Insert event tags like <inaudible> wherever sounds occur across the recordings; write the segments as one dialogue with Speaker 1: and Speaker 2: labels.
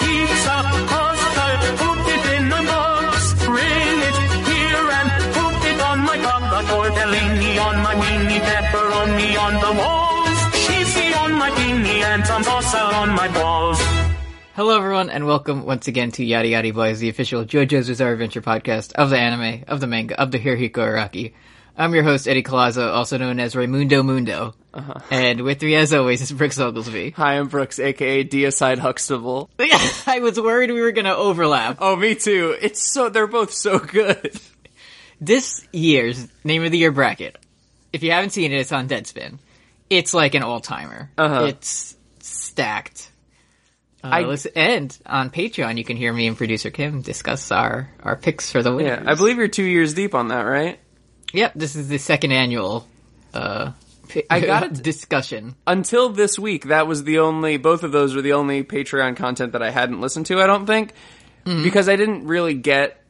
Speaker 1: la postcard. Hooked it in my box. Ring it here and hooked it on my cup. A tortellini on my weenie, pepperoni on the walls. Cheesy on my beanie and some salsa on my balls.
Speaker 2: Hello, everyone, and welcome once again to Yada Yada Boys, the official JoJo's Bizarre Adventure podcast of the anime, of the manga, of the Hirohiko Araki. I'm your host, Eddie Colazo, also known as Raimundo Mundo.
Speaker 3: Uh-huh.
Speaker 2: And with me, as always, is Brooks Oglesby. <laughs>
Speaker 3: Hi, I'm Brooks, aka Deicide Huxtable.
Speaker 2: I was worried we were going to overlap.
Speaker 3: Oh, me too. It's so they're both so good.
Speaker 2: This year's Name of the Year bracket, if you haven't seen it, it's on Deadspin. It's like an all-timer.
Speaker 3: Uh-huh.
Speaker 2: It's stacked. Uh,
Speaker 3: I-
Speaker 2: listen- and on Patreon, you can hear me and producer Kim discuss our, our picks for the winners.
Speaker 3: <laughs> Yeah, I believe you're two years deep on that, right?
Speaker 2: Yep, this is the second annual. Uh, <laughs>
Speaker 3: I got it.
Speaker 2: discussion.
Speaker 3: Until this week, that was the only. Both of those were the only Patreon content that I hadn't listened to. I don't think because I didn't really get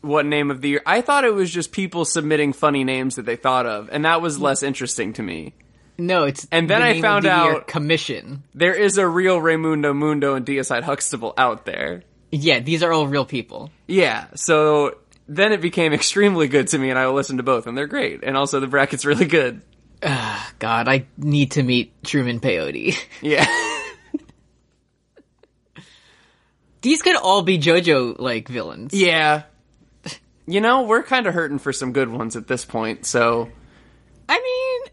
Speaker 3: what name of the year. I thought it was just people submitting funny names that they thought of, and that was less interesting to me.
Speaker 2: No, it's
Speaker 3: And then
Speaker 2: the
Speaker 3: I
Speaker 2: name
Speaker 3: found
Speaker 2: of the year
Speaker 3: out-
Speaker 2: commission.
Speaker 3: There is a real Raimundo Mundo and Deicide Huxtable out there.
Speaker 2: Yeah, these are all real people.
Speaker 3: Yeah, so then it became <laughs> extremely good to me, and I will listen to both, and they're great. And also, the bracket's really good.
Speaker 2: God, I need to meet Truman Peyote. <laughs>
Speaker 3: Yeah. <laughs>
Speaker 2: these could all be JoJo like villains.
Speaker 3: Yeah. You know, we're kind of hurting for some good ones at this point, so.
Speaker 2: I mean,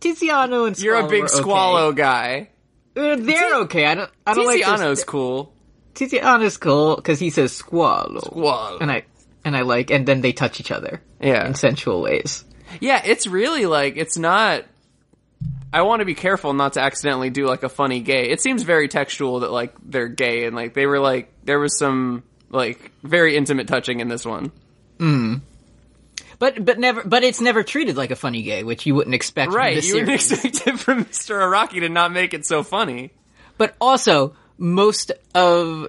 Speaker 2: Tiziano and Squallow
Speaker 3: You're a big
Speaker 2: are Oh, okay.
Speaker 3: Squallo guy.
Speaker 2: Uh, They're okay. I don't. I don't like
Speaker 3: Tiziano's cool.
Speaker 2: this. Tiziano's cool because he says Squallow,
Speaker 3: Whoa.
Speaker 2: and I and I like. And then they touch each other
Speaker 3: Yeah.
Speaker 2: in sensual ways.
Speaker 3: Yeah, it's really like, it's not. I want to be careful not to accidentally do like a funny gay. It seems very textual that like they're gay and like they were like, there was some like very intimate touching in this one.
Speaker 2: But but never. But it's never treated like a funny gay, which you wouldn't expect. From
Speaker 3: Right.
Speaker 2: this
Speaker 3: you wouldn't
Speaker 2: series.
Speaker 3: expect it from Mr. Araki to not make it so funny.
Speaker 2: but also most of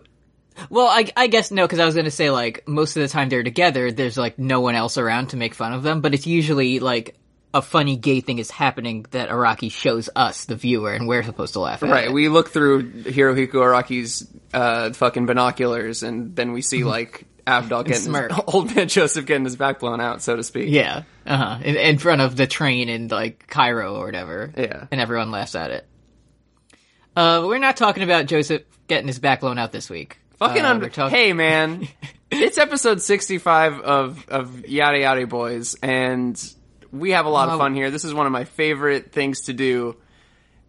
Speaker 2: well i, I guess no because i was going to say like most of the time they're together there's like no one else around to make fun of them but it's usually like a funny gay thing is happening that araki shows us the viewer and we're supposed to laugh at
Speaker 3: Right.
Speaker 2: it.
Speaker 3: We look through Hirohiko Araki's uh, fucking binoculars, and then we
Speaker 2: Mm-hmm.
Speaker 3: see like Avdol getting his,
Speaker 2: smirk.
Speaker 3: <laughs> old man Joseph getting his back blown out, so to speak.
Speaker 2: yeah uh-huh in, in front of the train in like cairo or whatever
Speaker 3: Yeah.
Speaker 2: and everyone laughs at it uh we're not talking about joseph getting his back blown out this week
Speaker 3: Fucking
Speaker 2: uh,
Speaker 3: un-
Speaker 2: we're talk- <laughs>
Speaker 3: hey man, it's episode sixty-five of of Yada Yada Boys, and we have a lot
Speaker 2: Oh.
Speaker 3: of fun here. This is one of my favorite things to do.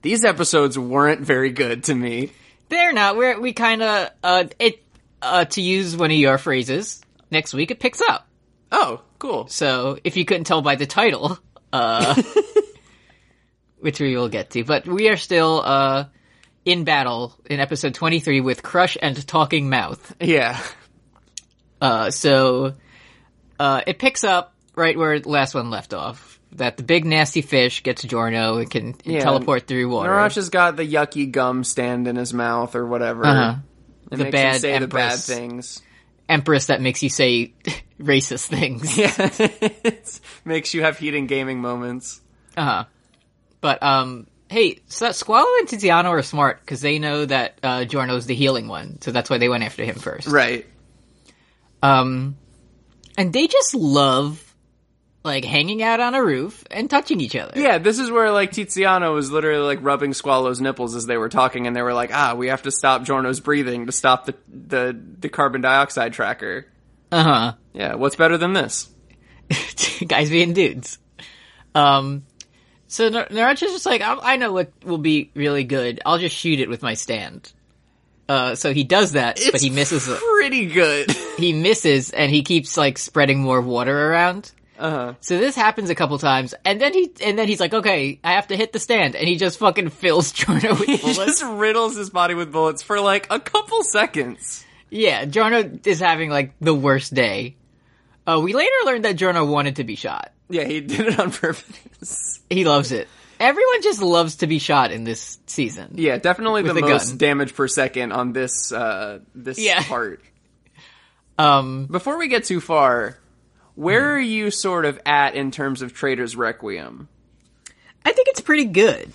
Speaker 3: These episodes weren't very good to me.
Speaker 2: They're not. We're, we kind of, uh, it, uh, to use one of your phrases, next week it picks up.
Speaker 3: Oh, cool.
Speaker 2: So if you couldn't tell by the title,
Speaker 3: <laughs>
Speaker 2: uh, which we will get to, but we are still, uh, in battle in episode 23 with Crush and Talking Mouth.
Speaker 3: Yeah.
Speaker 2: Uh, so, uh, it picks up right where the last one left off. That the big nasty fish gets Jorno and can
Speaker 3: Yeah.
Speaker 2: teleport through water.
Speaker 3: Narasha's got the yucky gum stand in his mouth or whatever.
Speaker 2: Uh-huh.
Speaker 3: It
Speaker 2: The
Speaker 3: makes him
Speaker 2: bad
Speaker 3: say the bad
Speaker 2: empress.
Speaker 3: things. <laughs>
Speaker 2: Empress that makes you say <laughs> racist things.
Speaker 3: Yeah, It's- makes you have heating gaming moments.
Speaker 2: Uh-huh. But um hey, so Squallow and Tiziano are smart because they know that uh Giorno's the healing one, so that's why they went after him first.
Speaker 3: Right.
Speaker 2: Um and they just love like hanging out on a roof and touching each other. <laughs>
Speaker 3: Yeah, this is where like Tiziano was literally like rubbing Squallow's nipples as they were talking, and they were like, "Ah, we have to stop Jorno's breathing to stop the the, the carbon dioxide tracker."
Speaker 2: Uh-huh.
Speaker 3: Yeah, what's better than this?
Speaker 2: Guys being dudes. Um so Nar- Naracha's just like, I-, I know what will be really good. I'll just shoot it with my stand. Uh, so he does that, but he misses. it.
Speaker 3: Pretty
Speaker 2: <laughs>
Speaker 3: good.
Speaker 2: he misses and he keeps like spreading more water around.
Speaker 3: Uh-huh.
Speaker 2: So this happens a couple times, and then he and then he's like, "Okay, I have to hit the stand," and he just fucking fills <laughs> Jorno with
Speaker 3: He
Speaker 2: bullets.
Speaker 3: just riddles his body with bullets for like a couple seconds.
Speaker 2: yeah, Jorno is having like the worst day. Uh, we later learned that Jorno wanted to be shot.
Speaker 3: Yeah, he did it on purpose.
Speaker 2: He loves it. Everyone just loves to be shot in this season.
Speaker 3: Yeah, definitely the
Speaker 2: a
Speaker 3: most
Speaker 2: gun.
Speaker 3: damage per second on this uh this
Speaker 2: Yeah.
Speaker 3: part.
Speaker 2: Um,
Speaker 3: Before we get too far, where are you sort of at in terms of Trader's Requiem?
Speaker 2: I think it's pretty good.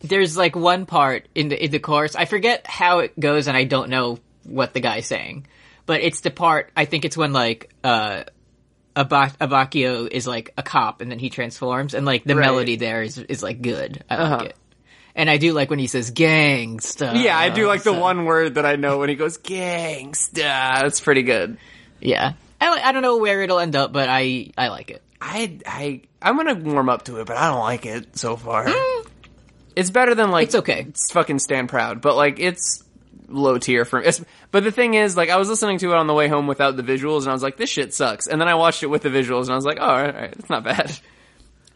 Speaker 2: There's like one part in the in the course. I forget how it goes, and I don't know what the guy's saying. But it's the part I think it's when like uh Aba- Abakio is like a cop and then he transforms and like the
Speaker 3: Right.
Speaker 2: melody there is is like good. I like it. And I do like when he says gang stuff.
Speaker 3: Yeah, I do like
Speaker 2: Uh,
Speaker 3: the one word that I know when he goes gangsta. That's pretty good.
Speaker 2: Yeah. I, li- I don't know where it'll end up, but I I like it.
Speaker 3: I I I'm gonna warm up to it, but I don't like it so far. It's better than like
Speaker 2: Hmm. It's okay.
Speaker 3: It's fucking stand proud, but like it's low tier for me. It's- But the thing is, like I was listening to it on the way home without the visuals, and I was like, this shit sucks. And then I watched it with the visuals, and I was like, oh, all right, all right it's not bad.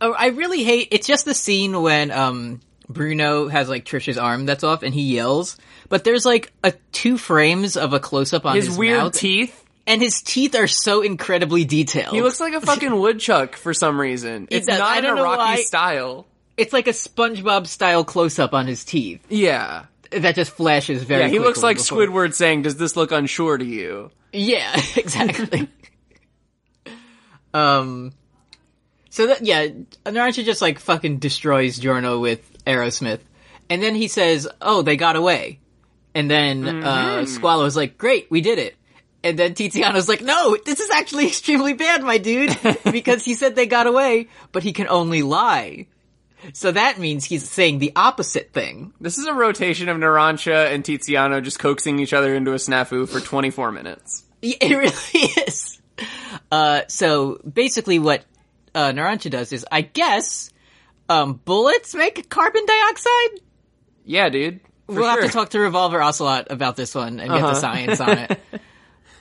Speaker 2: Oh, I really hate. It's just the scene when um Bruno has like Trisha's arm that's off and he yells, but there's like a two frames of a close up on his,
Speaker 3: His, weird
Speaker 2: mouth,
Speaker 3: teeth.
Speaker 2: and his teeth are so incredibly detailed.
Speaker 3: He looks like
Speaker 2: <laughs>
Speaker 3: a fucking woodchuck for some reason. It's
Speaker 2: does. I
Speaker 3: not in
Speaker 2: don't
Speaker 3: a
Speaker 2: know
Speaker 3: Rocky
Speaker 2: why.
Speaker 3: style.
Speaker 2: it's like a SpongeBob style close up on his teeth
Speaker 3: Yeah.
Speaker 2: that just flashes very.
Speaker 3: Yeah, he looks
Speaker 2: quickly
Speaker 3: like
Speaker 2: before-
Speaker 3: Squidward saying, "Does this look unsure to you?"
Speaker 2: Yeah, <laughs> exactly. um, so that yeah, Naruto just like fucking destroys Jorno with Aerosmith, and then he says, "Oh, they got away," and then uh, Squallow's like, "Great, we did it." And then Tiziano's like, no, this is actually <laughs> extremely bad, my <laughs> dude, because he said they got away, but he can only lie. So that means he's saying the opposite thing.
Speaker 3: This is a rotation of Narancha and Tiziano just coaxing each other into a snafu for 24 minutes.
Speaker 2: Yeah, <laughs> It really is. Uh, so basically, what uh, Narancha does is, I guess, um, bullets make carbon dioxide.
Speaker 3: Yeah, dude. For
Speaker 2: we'll
Speaker 3: sure.
Speaker 2: have to talk to Revolver Ocelot about this one and get
Speaker 3: Uh-huh.
Speaker 2: the science on
Speaker 3: <laughs>
Speaker 2: it.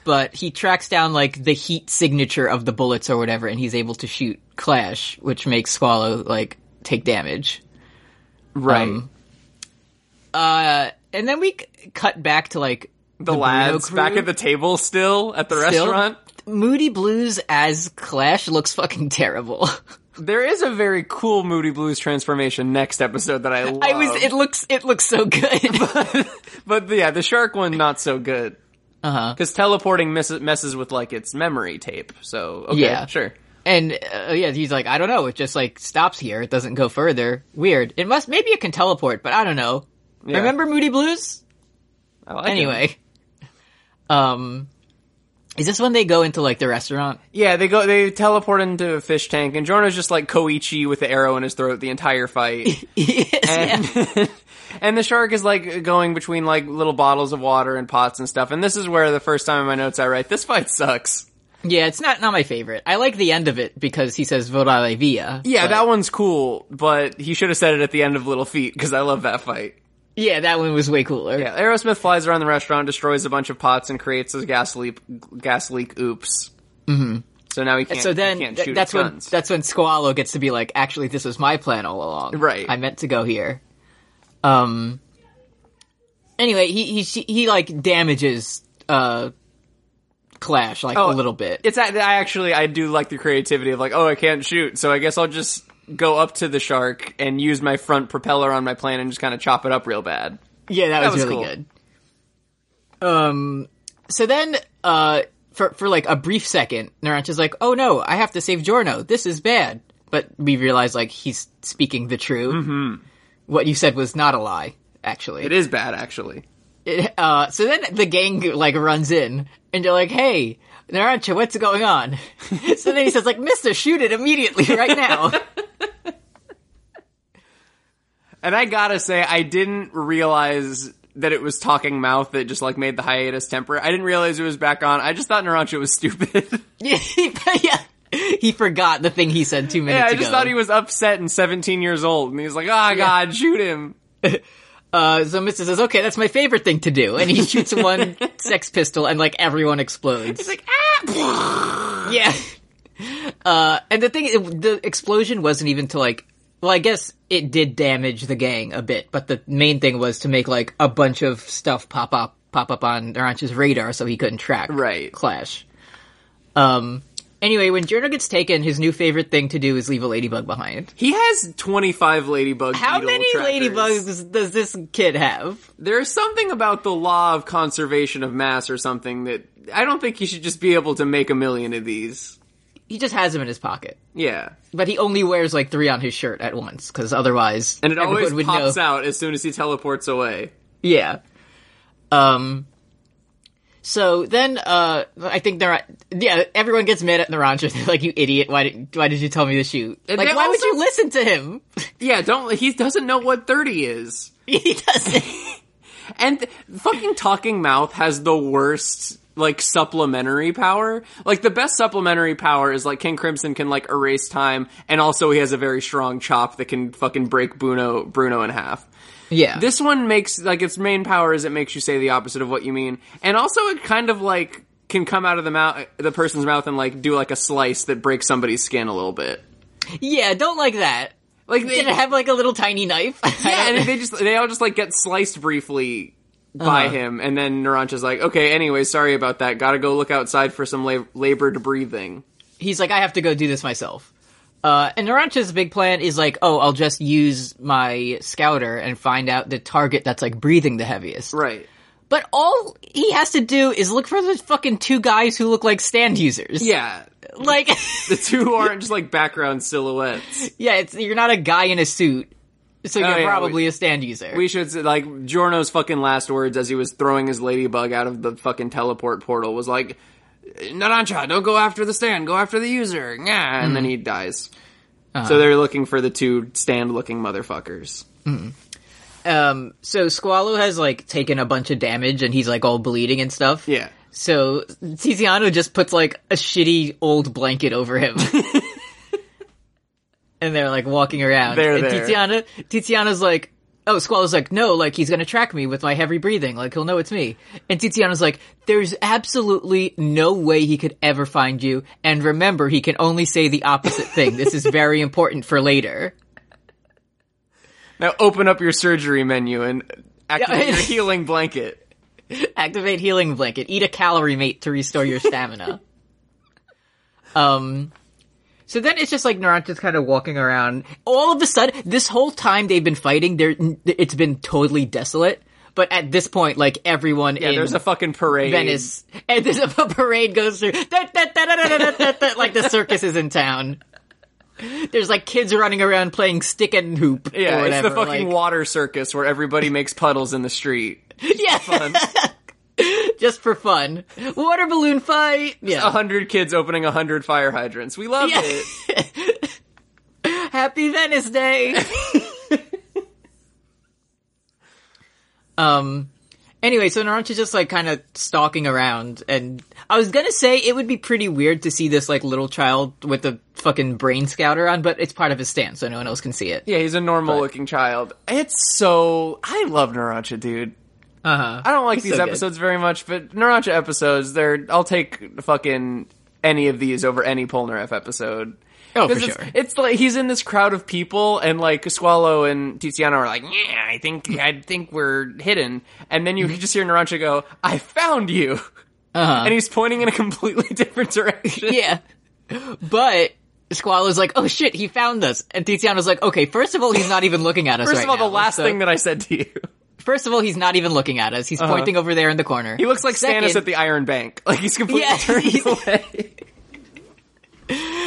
Speaker 2: but he tracks down like the heat signature of the bullets or whatever, and he's able to shoot Clash, which makes Swallow like take damage.
Speaker 3: Right.
Speaker 2: um, uh, And then we c- cut back to like
Speaker 3: the,
Speaker 2: Bruno
Speaker 3: lads
Speaker 2: crew?
Speaker 3: back at the table still at the
Speaker 2: still-
Speaker 3: restaurant.
Speaker 2: Moody Blues as Clash looks fucking terrible. <laughs>
Speaker 3: There is a very cool Moody Blues transformation next episode that <laughs> I love.
Speaker 2: I was. It looks. It looks so
Speaker 3: <laughs>
Speaker 2: good.
Speaker 3: but yeah, the shark one not so good. Uh
Speaker 2: Uh-huh.
Speaker 3: Because teleporting mess- messes with like its memory tape. So okay,
Speaker 2: Yeah.
Speaker 3: sure.
Speaker 2: and uh, yeah, he's like, I don't know. It just like stops here. It doesn't go further. Weird. It must. Maybe it can teleport, but I don't know.
Speaker 3: Yeah.
Speaker 2: Remember Moody Blues?
Speaker 3: I like it.
Speaker 2: Anyway, um, is this when they go into like the
Speaker 3: <laughs>
Speaker 2: restaurant?
Speaker 3: Yeah, they go. They teleport into a fish tank, and Jorno's just like Koichi with the arrow in his throat the entire <laughs> fight.
Speaker 2: Yes, yeah.
Speaker 3: And, <laughs> and the shark is like going between like little bottles of water and pots and stuff. And this is where the first time in my notes I write, this fight sucks.
Speaker 2: Yeah, it's not not my favorite. I like the end of it because he says "Voda via."
Speaker 3: Yeah, that one's cool, but he should have said it at the end of Little Feet because I love that fight.
Speaker 2: Yeah, that one was way cooler.
Speaker 3: Yeah, Aerosmith flies around the restaurant, destroys a bunch of pots, and creates a gas leak. Gas leak. Oops. Mm-hmm. So now he can't.
Speaker 2: So
Speaker 3: he
Speaker 2: then
Speaker 3: can't
Speaker 2: th-
Speaker 3: shoot
Speaker 2: that's
Speaker 3: at
Speaker 2: when
Speaker 3: guns.
Speaker 2: that's when Squallow gets to be like, actually, this was my plan all along.
Speaker 3: Right.
Speaker 2: I meant to go here. Um. Anyway, he he she, he like damages uh Clash like
Speaker 3: Oh,
Speaker 2: a little bit.
Speaker 3: it's I I actually I do like the creativity of like oh I can't shoot so I guess I'll just go up to the shark and use my front propeller on my plane and just kind of chop it up real bad.
Speaker 2: yeah, that, was,
Speaker 3: was
Speaker 2: really
Speaker 3: cool.
Speaker 2: good. Um. So then, uh, for for like a brief second, Narancha's like, "Oh no, I have to save Jorno. This is bad." But we realize like he's speaking the true. Mm-hmm. What you said was not a lie, actually.
Speaker 3: It is bad actually.
Speaker 2: It, uh, so then the gang like runs in and they're like, "Hey, Narancha, what's going
Speaker 3: <laughs>
Speaker 2: on?" so then he says, "Like, Mister, shoot it immediately, right
Speaker 3: <laughs>
Speaker 2: now." <laughs>
Speaker 3: And I gotta say I didn't realize that it was talking mouth that just like made the hiatus temporary. I didn't realize it was back on. I just thought Narancha was stupid.
Speaker 2: yeah, he forgot the thing he said two minutes
Speaker 3: yeah, I
Speaker 2: ago.
Speaker 3: just thought he was upset and 17 years old and he's like ah god shoot him.
Speaker 2: uh, so Mister says, "Okay, that's my favorite thing to do," and he shoots one
Speaker 3: <laughs>
Speaker 2: sex pistol, and like everyone explodes.
Speaker 3: He's like ah
Speaker 2: yeah. Uh, and the thing, it- the explosion wasn't even to like. Well, I guess it did damage the gang a bit, but the main thing was to make like a bunch of stuff pop up, pop up on Narancha's radar, so he couldn't track
Speaker 3: Right.
Speaker 2: Clash. Um. Anyway, when Journo gets taken, his new favorite thing to do is leave a ladybug behind.
Speaker 3: He has 25 ladybug
Speaker 2: How
Speaker 3: beetle
Speaker 2: many
Speaker 3: trackers.
Speaker 2: ladybugs does this kid have?
Speaker 3: There's something about the law of conservation of mass or something that I don't think you should just be able to make a million of these.
Speaker 2: He just has them in his pocket,
Speaker 3: Yeah.
Speaker 2: but he only wears like three on his shirt at once, because otherwise,
Speaker 3: And it
Speaker 2: everyone
Speaker 3: always
Speaker 2: would
Speaker 3: pops
Speaker 2: know.
Speaker 3: out as soon as he teleports away.
Speaker 2: Yeah. Um So then, uh, I think Nar- yeah, everyone gets mad at Naranja. <laughs> They're like, "You idiot! Why did why did you tell me to shoot?
Speaker 3: And
Speaker 2: like,
Speaker 3: they
Speaker 2: why would
Speaker 3: also-
Speaker 2: you listen to him? <laughs>
Speaker 3: Yeah, don't he doesn't know what 30 is.
Speaker 2: he doesn't.
Speaker 3: And th- fucking talking mouth has the worst like supplementary power. Like the best supplementary power is like King Crimson can like erase time and also he has a very strong chop that can fucking break Bruno Bruno in half.
Speaker 2: Yeah,
Speaker 3: This one makes like its main power is it makes you say the opposite of what you mean. And also it kind of like can come out of the mouth the person's mouth and like do like a slice that breaks somebody's skin a little bit.
Speaker 2: yeah, don't like that.
Speaker 3: Like they,
Speaker 2: Did it have like a little tiny knife? <laughs>
Speaker 3: yeah, and they just they all just like get sliced briefly by him, and then Naranja's like, okay, anyway, sorry about that. Got to go look outside for some la- labored breathing.
Speaker 2: he's like, I have to go do this myself. Uh, and Naranja's big plan is like, oh, I'll just use my scouter and find out the target that's like breathing the heaviest.
Speaker 3: Right.
Speaker 2: But all he has to do is look for those fucking two guys who look like stand users.
Speaker 3: Yeah, <laughs>
Speaker 2: Like,
Speaker 3: the two aren't just like background silhouettes.
Speaker 2: yeah, it's, you're not a guy in a suit, so you're
Speaker 3: Oh, yeah,
Speaker 2: probably
Speaker 3: we-
Speaker 2: a stand user.
Speaker 3: We should say, like Jorno's fucking last words as he was throwing his ladybug out of the fucking teleport portal was like. Naranja, don't go after the stand. Go after the user. Yeah, and then he dies. So they're looking for the two stand-looking motherfuckers.
Speaker 2: um, so Squalo has like taken a bunch of damage and he's like all bleeding and stuff.
Speaker 3: Yeah,
Speaker 2: So Tiziano just puts like a shitty old blanket over
Speaker 3: <laughs>
Speaker 2: him. and they're like walking around.
Speaker 3: They're
Speaker 2: and
Speaker 3: there.
Speaker 2: Tiziana Tiziana's like Oh, Squall's like, no, like he's gonna track me with my heavy breathing, like he'll know it's me. And Tiziana's like, there's absolutely no way he could ever find you, and remember he can only say the opposite thing. This is very important for later.
Speaker 3: Now open up your surgery menu and activate
Speaker 2: Yeah.
Speaker 3: your healing blanket.
Speaker 2: Activate healing blanket. Eat a calorie mate to restore your
Speaker 3: <laughs>
Speaker 2: stamina. um, so then it's just like Naranja's kind of walking around. All of a sudden, this whole time they've been fighting, there it's been totally desolate. But at this point, like everyone
Speaker 3: Yeah,
Speaker 2: in
Speaker 3: there's a fucking parade.
Speaker 2: Venice, and there's a <laughs> parade goes through. Da, da, da, da, da, da, da, da, like the circus is in town. There's like kids running around playing stick and hoop. or
Speaker 3: Yeah, it's
Speaker 2: whatever,
Speaker 3: the fucking
Speaker 2: like-
Speaker 3: water circus where everybody makes puddles in the street.
Speaker 2: yeah, <laughs> just for fun. Water balloon fight. Yeah,
Speaker 3: A hundred kids opening a hundred fire hydrants. We love
Speaker 2: Yeah.
Speaker 3: it. Uh-huh.
Speaker 2: Happy Venice Day.
Speaker 3: <laughs>
Speaker 2: um. Anyway, so Naranja's just like kind of stalking around, and I was gonna say it would be pretty weird to see this like little child with a fucking brain scouter on, but it's part of his stand, so no one else can see it.
Speaker 3: Yeah, he's a normal looking child. It's so I love Narancha, dude.
Speaker 2: Uh huh.
Speaker 3: I don't like these
Speaker 2: so good.
Speaker 3: episodes very much, but Narancha episodes, they're I'll take fucking any of these over any Polnareff episode.
Speaker 2: Oh,
Speaker 3: 'Cause
Speaker 2: for
Speaker 3: it's,
Speaker 2: sure.
Speaker 3: it's like he's in this crowd of people, and like Squallow and Tiziano are like, "Yeah, I think I think we're hidden." And then
Speaker 2: Mm-hmm.
Speaker 3: you just hear Narancha go, "I found you," and he's pointing in a completely <laughs> different direction.
Speaker 2: Uh-huh. yeah. But Squalo's like, oh shit, he found us, and Tiziano's like, okay, first of all, he's not even looking at us.
Speaker 3: First
Speaker 2: right
Speaker 3: of all,
Speaker 2: now,
Speaker 3: the last
Speaker 2: so-
Speaker 3: thing that I said to you,
Speaker 2: First of all, he's not even looking at us. He's pointing over there in the corner.
Speaker 3: Uh-huh. he looks like Stannis
Speaker 2: Second-
Speaker 3: at the Iron Bank. <laughs> Like he's completely
Speaker 2: Yeah,
Speaker 3: turned
Speaker 2: he's- <laughs>
Speaker 3: away.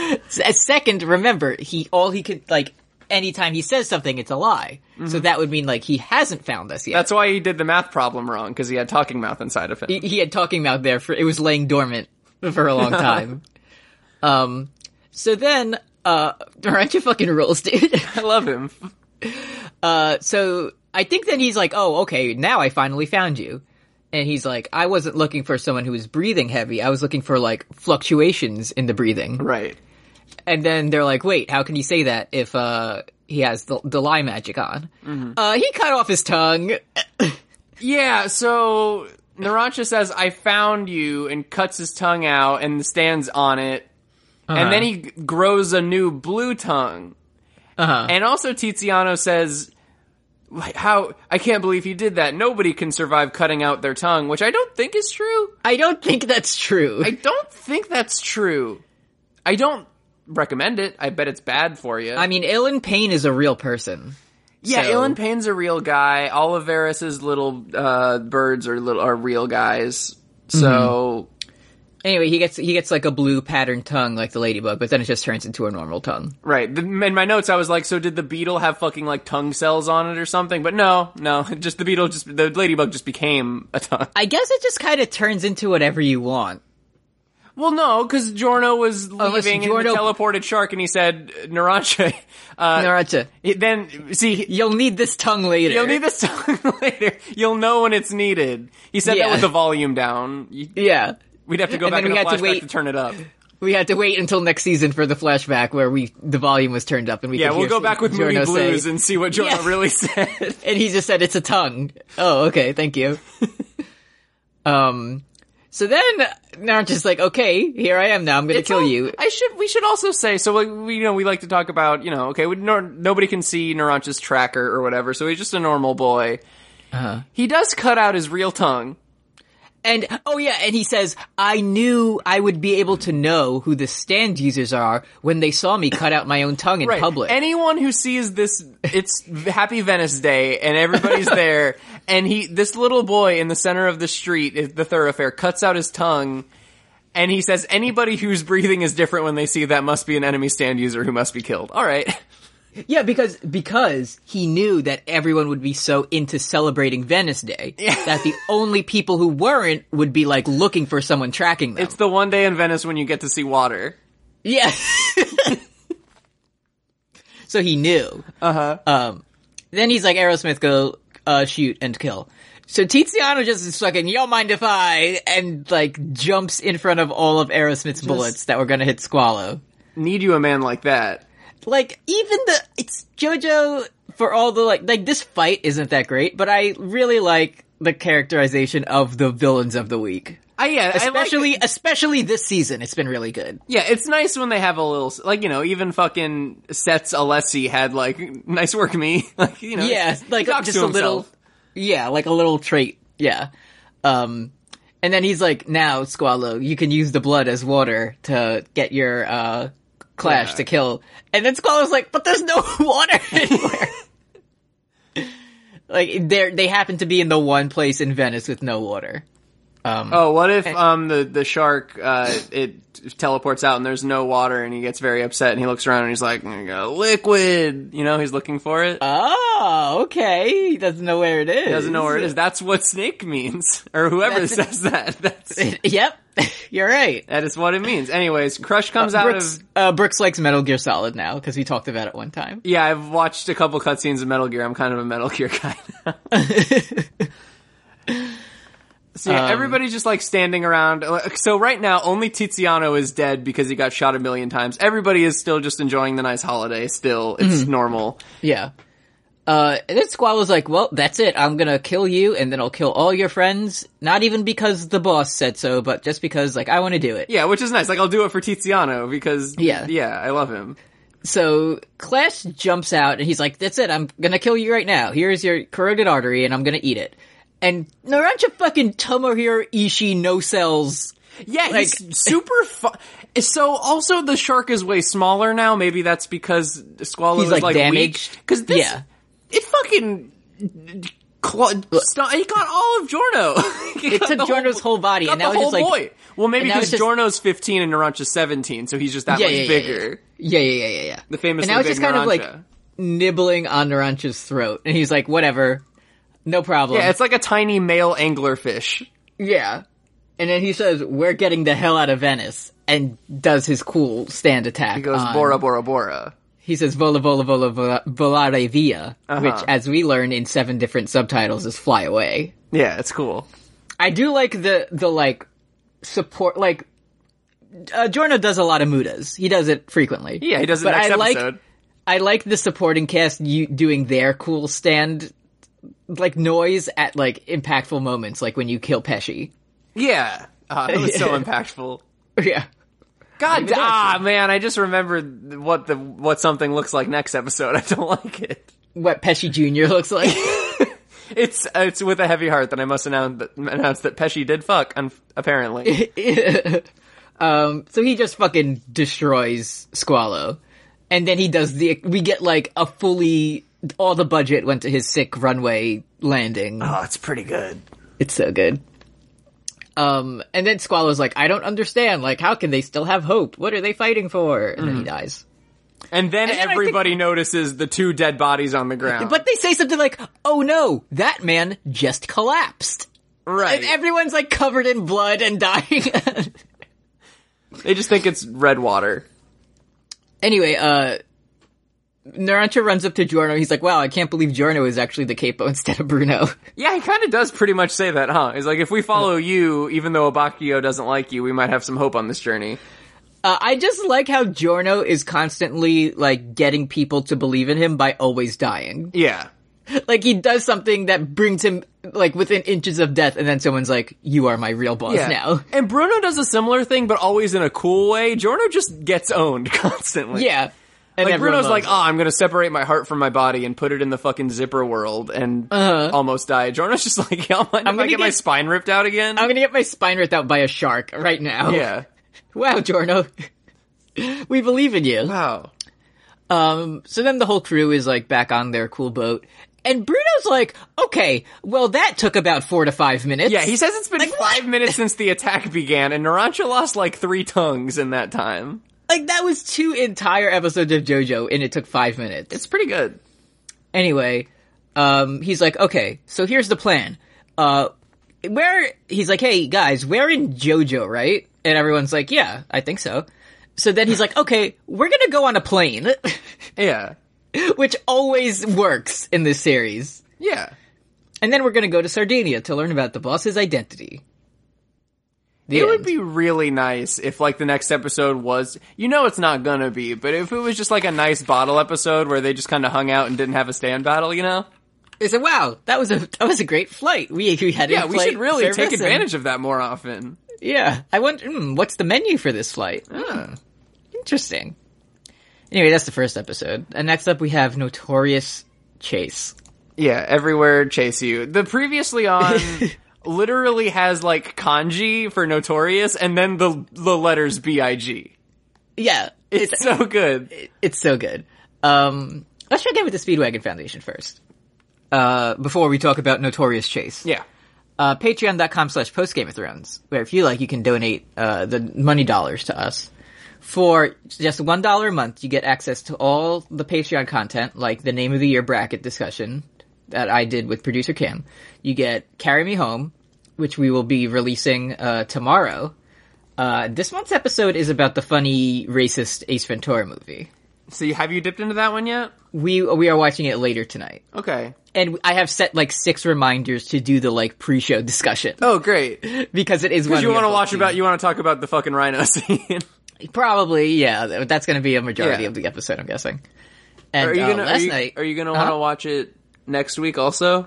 Speaker 2: a second remember he all he could like anytime he says something it's a lie so that would mean like he hasn't found us yet
Speaker 3: Mm-hmm. That's why he did the math problem wrong because he had talking mouth inside of him.
Speaker 2: he had talking mouth there for it was laying dormant for a
Speaker 3: <laughs>
Speaker 2: long time um so then uh Narancha fucking rules dude <laughs>
Speaker 3: I love him.
Speaker 2: uh so i think that he's like oh okay now i finally found you and he's like i wasn't looking for someone who was breathing heavy i was looking for like fluctuations in the breathing
Speaker 3: Right.
Speaker 2: And then they're like, wait, how can you say that if, uh, he has the, the lie magic on? Uh, he cut off his tongue.
Speaker 3: Yeah, so Narancha says, I found you, and cuts his tongue out and stands on it. And then he g- grows a new blue tongue.
Speaker 2: Uh-huh.
Speaker 3: And also Tiziano says, "Wh- how, I can't believe he did that. Nobody can survive cutting out their tongue, which I don't think is true.
Speaker 2: I don't think that's true.
Speaker 3: I don't think that's true. I don't recommend it. I bet it's bad for you.
Speaker 2: I mean, Ilan Payne is a real person.
Speaker 3: Yeah,
Speaker 2: So-
Speaker 3: Ilan Payne's a real guy.
Speaker 2: Mm-hmm.
Speaker 3: Oliveris's little uh, birds are little are real guys. So
Speaker 2: Anyway, he gets he gets like a blue patterned tongue like the ladybug, but then it just turns into a normal tongue.
Speaker 3: Right. The- In my notes, I was like, so did the beetle have fucking like tongue cells on it or something? But no, no. <laughs> Just the beetle, just the ladybug just became a tongue.
Speaker 2: I guess it just kind of turns into whatever you want.
Speaker 3: <laughs> Well, no, because Giorno was
Speaker 2: listen,
Speaker 3: leaving and
Speaker 2: Giorno-
Speaker 3: the teleported shark, and he said, "Naranja." <laughs> Uh,
Speaker 2: Naruto,
Speaker 3: it- then see,
Speaker 2: you'll need this tongue later.
Speaker 3: you'll need this tongue <laughs> later. You'll know when it's needed. He said that
Speaker 2: Yeah.
Speaker 3: with the volume down. You-
Speaker 2: yeah.
Speaker 3: We'd have to go
Speaker 2: And
Speaker 3: back
Speaker 2: then
Speaker 3: in
Speaker 2: we
Speaker 3: a
Speaker 2: had to
Speaker 3: flashback to,
Speaker 2: wait-
Speaker 3: turn it up.
Speaker 2: We had to wait until next season for the flashback where we the volume was turned up and we
Speaker 3: Yeah,
Speaker 2: could
Speaker 3: we'll
Speaker 2: hear
Speaker 3: go back with Moody
Speaker 2: Giorno say-
Speaker 3: Blues and see what Giorno
Speaker 2: Yeah.
Speaker 3: really <laughs> said.
Speaker 2: and he just said it's a tongue. Oh, okay, thank you.
Speaker 3: <laughs>
Speaker 2: um, so then Naruto's like, okay, here I am now. I'm gonna
Speaker 3: It's
Speaker 2: kill
Speaker 3: all-
Speaker 2: you.
Speaker 3: I should. We should also say so. Like we you know we like to talk about you know okay we, nor, nobody can see Naranja's tracker or whatever, so he's just a normal boy.
Speaker 2: Uh-huh.
Speaker 3: He does cut out his real tongue.
Speaker 2: And oh yeah, and he says, I knew I would be able to know who the stand users are when they saw me cut out my own tongue in
Speaker 3: Right.
Speaker 2: public.
Speaker 3: Anyone who sees this, it's Happy Venice Day,
Speaker 2: <laughs>
Speaker 3: and everybody's there, and he, this little boy in the center of the street, is- the thoroughfare, cuts out his tongue, and he says, "Anybody whose breathing is different when they see that must be an enemy stand user who must be killed." All right, <laughs>
Speaker 2: yeah, because because he knew that everyone would be so into celebrating Venice Day that the only people who weren't would be like looking for someone tracking them.
Speaker 3: it's the one day in Venice when you get to see water.
Speaker 2: Yeah. <laughs> so he knew. Uh
Speaker 3: Uh-huh.
Speaker 2: huh. Um, then he's like, Aerosmith, go uh, shoot and kill. So Tiziano just is fucking, yo, mind if I, and like jumps in front of all of Aerosmith's bullets that were gonna hit Squallow.
Speaker 3: Need you a man like that?
Speaker 2: Like, even the, it's JoJo for all the like, like this fight isn't that great, but I really like the characterization of the villains of the week.
Speaker 3: I yeah,
Speaker 2: Especially,
Speaker 3: I like,
Speaker 2: especially this season, it's been really good.
Speaker 3: yeah. It's nice when they have a little like you know even fucking Sets Alessi had like <laughs> nice work me <laughs> like you know
Speaker 2: yeah,
Speaker 3: he
Speaker 2: like
Speaker 3: talks
Speaker 2: just
Speaker 3: to
Speaker 2: a little,
Speaker 3: himself.
Speaker 2: yeah, like a little trait, yeah. Um, and then he's like, "Now, Squallow, you can use the blood as water to get your uh clash
Speaker 3: Yeah.
Speaker 2: to kill." And then Squallow's like, "But there's no <laughs> water anywhere." <laughs> like they they happen to be in the one place in Venice with no water.
Speaker 3: Oh, what if um the the shark uh it teleports out and there's no water and he gets very upset and he looks around and he's like "Mm, uh, liquid, you know he's looking for it.
Speaker 2: Oh, okay. He doesn't know where it is.
Speaker 3: he doesn't know where it is. That's what snake means, <laughs> or whoever
Speaker 2: That's-
Speaker 3: says that. <laughs> That's
Speaker 2: <laughs> yep, you're right.
Speaker 3: that is what it means. Anyways, Crush comes out
Speaker 2: Brooks,
Speaker 3: of
Speaker 2: uh, Brooks likes Metal Gear Solid now because we talked about it one time.
Speaker 3: yeah. I've watched a couple cutscenes of Metal Gear. I'm kind of a Metal Gear <laughs> guy. Now. So
Speaker 2: Um,
Speaker 3: yeah, everybody's just like standing around. Uh, So right now, only Tiziano is dead because he got shot a million times. Everybody is still just enjoying the nice holiday. Still, it's
Speaker 2: Mm-hmm.
Speaker 3: normal.
Speaker 2: <laughs> Yeah. Uh, and then Squallow's like, well, that's it. I'm gonna kill you, and then I'll kill all your friends. Not even because the boss said so, but just because, like, I wanna do it.
Speaker 3: Yeah, which is nice. Like I'll do it for Tiziano because
Speaker 2: Yeah.
Speaker 3: yeah, I love him.
Speaker 2: So, Clash jumps out, and he's like, that's it. I'm gonna kill you right now. Here's your corroded artery, and I'm gonna eat it. And Narancha fucking Tomohiro Ishii no cells.
Speaker 3: Yeah,
Speaker 2: Like- <laughs>
Speaker 3: he's super fun. So also the shark is way smaller now. Maybe that's because Squallow
Speaker 2: He's,
Speaker 3: is
Speaker 2: like,
Speaker 3: like,
Speaker 2: damaged.
Speaker 3: Because this,
Speaker 2: Yeah.
Speaker 3: it fucking. Cl- st- he got all of Jorno. <laughs>
Speaker 2: It took Jorno's whole body,
Speaker 3: got
Speaker 2: and
Speaker 3: the
Speaker 2: now it's
Speaker 3: whole
Speaker 2: just like,
Speaker 3: boy. Well, maybe
Speaker 2: and now
Speaker 3: because
Speaker 2: it's just-
Speaker 3: Jorno's fifteen and Narancha's seventeen, so he's just that
Speaker 2: Yeah,
Speaker 3: much
Speaker 2: yeah, yeah,
Speaker 3: bigger.
Speaker 2: yeah, yeah, yeah, yeah, yeah.
Speaker 3: The famous
Speaker 2: And now it's
Speaker 3: big
Speaker 2: just kind of like
Speaker 3: Narancha.
Speaker 2: nibbling on Narancha's throat, and he's like, whatever. No problem.
Speaker 3: yeah, it's like a tiny male anglerfish.
Speaker 2: Yeah. And then he says, We're getting the hell out of Venice and does his cool stand attack.
Speaker 3: He goes
Speaker 2: on-
Speaker 3: Bora Bora Bora.
Speaker 2: He says vola vola vola vola volare via,
Speaker 3: Uh-huh.
Speaker 2: which as we learn in seven different subtitles is fly away.
Speaker 3: Yeah, it's cool.
Speaker 2: I do like the the like support like uh, Giorno does a lot of mudas. He does it frequently.
Speaker 3: Yeah, he does it
Speaker 2: But
Speaker 3: next
Speaker 2: I like-
Speaker 3: episode.
Speaker 2: I like the supporting cast you doing their cool stand like noise at like impactful moments, like when you kill Pesci. <laughs>
Speaker 3: Yeah, uh, it was so impactful.
Speaker 2: Yeah.
Speaker 3: God, ah, man, I just remembered what the what something looks like next episode. <laughs> I don't like it.
Speaker 2: What Pesci Jr. looks like.
Speaker 3: It's it's with a heavy heart that I must announce that, announce that Pesci did fuck. Un- apparently,
Speaker 2: <laughs> Um, so he just fucking destroys Squallow. And then he does the, we get like a fully, all the budget went to his sick runway landing.
Speaker 3: oh, it's pretty good.
Speaker 2: It's so good. Um, and then Squallow's like, I don't understand. Like, how can they still have hope? What are they fighting for? And then he dies.
Speaker 3: And then,
Speaker 2: And then I
Speaker 3: everybody notices the two dead bodies on the ground.
Speaker 2: But they say something like, oh no, that man just collapsed.
Speaker 3: right.
Speaker 2: And everyone's like covered in blood and dying. <laughs>
Speaker 3: they just think it's red water.
Speaker 2: anyway, uh, Narancha runs up to Giorno. He's like, wow, I can't believe Giorno is actually the capo <laughs> instead of Bruno.
Speaker 3: Yeah, he kind of does pretty much say that, huh? He's like, if we follow you, even though Abakio doesn't like you, we might have some hope on this journey.
Speaker 2: Uh, I just like how Giorno is constantly like getting people to believe in him by always dying. <laughs>
Speaker 3: Yeah.
Speaker 2: Like he does something that brings him like within inches of death, and then someone's like, "You are my real boss
Speaker 3: Yeah.
Speaker 2: now." <laughs>
Speaker 3: And Bruno does a similar thing, but always in a cool way. Giorno just gets owned <laughs> constantly.
Speaker 2: Yeah, and
Speaker 3: Like
Speaker 2: everyone
Speaker 3: Bruno's like,
Speaker 2: loves
Speaker 3: oh, I'm gonna separate my heart from my body and put it in the fucking zipper world and almost die. Giorno's just <laughs> like, yeah, I'm, gonna,
Speaker 2: Uh-huh. gonna
Speaker 3: get, my
Speaker 2: get- Oh.
Speaker 3: spine ripped out again.
Speaker 2: "I'm gonna get my spine ripped out by a shark right now."
Speaker 3: yeah.
Speaker 2: <laughs> Wow, Giorno, <laughs> we believe in you.
Speaker 3: Wow.
Speaker 2: Um, so then the whole crew is like back on their cool boat, and Bruno's like, "Okay, well that took about four to five minutes."
Speaker 3: Yeah, he says it's been
Speaker 2: Like,
Speaker 3: five
Speaker 2: what?
Speaker 3: minutes since the attack began, and Narancha lost like three tongues in that time.
Speaker 2: like that was two entire episodes of JoJo, and it took five minutes.
Speaker 3: It's pretty good.
Speaker 2: anyway, um, he's like, okay, so here's the plan. Uh, where, he's like, hey guys, we're in JoJo, right? And everyone's like, yeah, I think so. So then he's like, okay, we're gonna go on a plane, <laughs>
Speaker 3: Yeah.
Speaker 2: which always works in this series.
Speaker 3: Yeah.
Speaker 2: And then we're gonna go to Sardinia to learn about the boss's identity. The
Speaker 3: It would
Speaker 2: end.
Speaker 3: be really nice if like the next episode was you know it's not gonna be, but if it was just like a nice bottle episode where they just kinda hung out and didn't have a stand battle, you know?
Speaker 2: They said, wow, that was a, that was a great flight. We, we had
Speaker 3: Yeah, we should
Speaker 2: in-flight
Speaker 3: really take
Speaker 2: service and-
Speaker 3: advantage of that more often.
Speaker 2: Yeah, I wonder hmm, what's the menu for this flight.
Speaker 3: Ah.
Speaker 2: Hmm, Interesting. Anyway, that's the first episode. And next up, we have Notorious Chase.
Speaker 3: Yeah, everywhere chase you. The previously on <laughs> literally has like kanji for notorious and then the the letters B I G.
Speaker 2: Yeah, it's
Speaker 3: It's <laughs> so good.
Speaker 2: it's so good. Um, let's check in with the Speedwagon Foundation first. Uh, before we talk about Notorious Chase.
Speaker 3: Yeah.
Speaker 2: uh, patreon.com slash post Game of Thrones, where if you like, you can donate, uh, the money dollars to us. For just one dollar a month, you get access to all the Patreon content, like the name of the year bracket discussion that I did with producer Kim. You get Carry Me Home, which we will be releasing, uh, tomorrow. Uh, this month's episode is about the funny racist Ace Ventura movie.
Speaker 3: So you have you dipped into that one yet?
Speaker 2: We, we are watching it later tonight.
Speaker 3: Okay.
Speaker 2: And I have set like six reminders to do the like pre-show discussion
Speaker 3: Oh great.
Speaker 2: because it is one
Speaker 3: you
Speaker 2: we
Speaker 3: want to
Speaker 2: have
Speaker 3: watch
Speaker 2: both
Speaker 3: about you want to talk about the fucking rhino <laughs> scene.
Speaker 2: seen. probably yeah th- that's going to be a majority
Speaker 3: Yeah.
Speaker 2: of the episode i'm guessing and
Speaker 3: Are you
Speaker 2: uh,
Speaker 3: gonna
Speaker 2: last
Speaker 3: are you,
Speaker 2: night
Speaker 3: are you gonna
Speaker 2: Uh-huh.
Speaker 3: want to watch it next week also?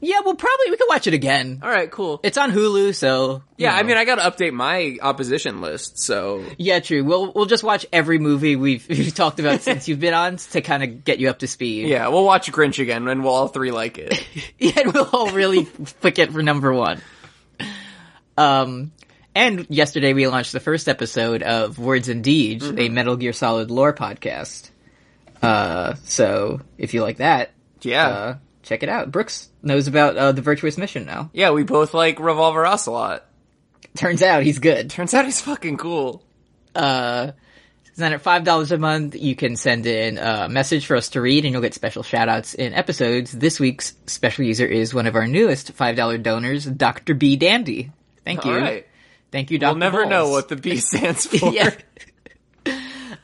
Speaker 2: yeah well probably we can watch it again
Speaker 3: All right, cool.
Speaker 2: it's on hulu so you
Speaker 3: yeah, I
Speaker 2: know.
Speaker 3: mean, I got to update my opposition list. So
Speaker 2: <laughs> yeah true we'll we'll just watch every movie we've <laughs> we've talked
Speaker 3: <laughs>
Speaker 2: about since you've been on to kind of get you up to speed
Speaker 3: yeah, we'll watch Grinch again, and we'll all three
Speaker 2: <laughs>
Speaker 3: like it.
Speaker 2: yeah <laughs> and we'll all really pick it for number one um and yesterday we launched the first episode of Words and Deeds,
Speaker 3: Mm-hmm.
Speaker 2: a Metal Gear Solid lore podcast. Uh, so if you like that,
Speaker 3: Yeah,
Speaker 2: uh, check it out. Brooks knows about uh, the Virtuous Mission now.
Speaker 3: yeah, we both like Revolver Ocelot.
Speaker 2: Turns out he's good.
Speaker 3: Turns out he's fucking cool.
Speaker 2: Then at five dollars a month, you can send in a message for us to read, and you'll get special shout-outs in episodes. This week's special user is one of our newest five dollar donors, Doctor B Dandy. Thank
Speaker 3: All
Speaker 2: you,
Speaker 3: right,
Speaker 2: thank you, Doctor.
Speaker 3: we'll never know what
Speaker 2: <laughs>
Speaker 3: the B stands <laughs> for.
Speaker 2: yeah.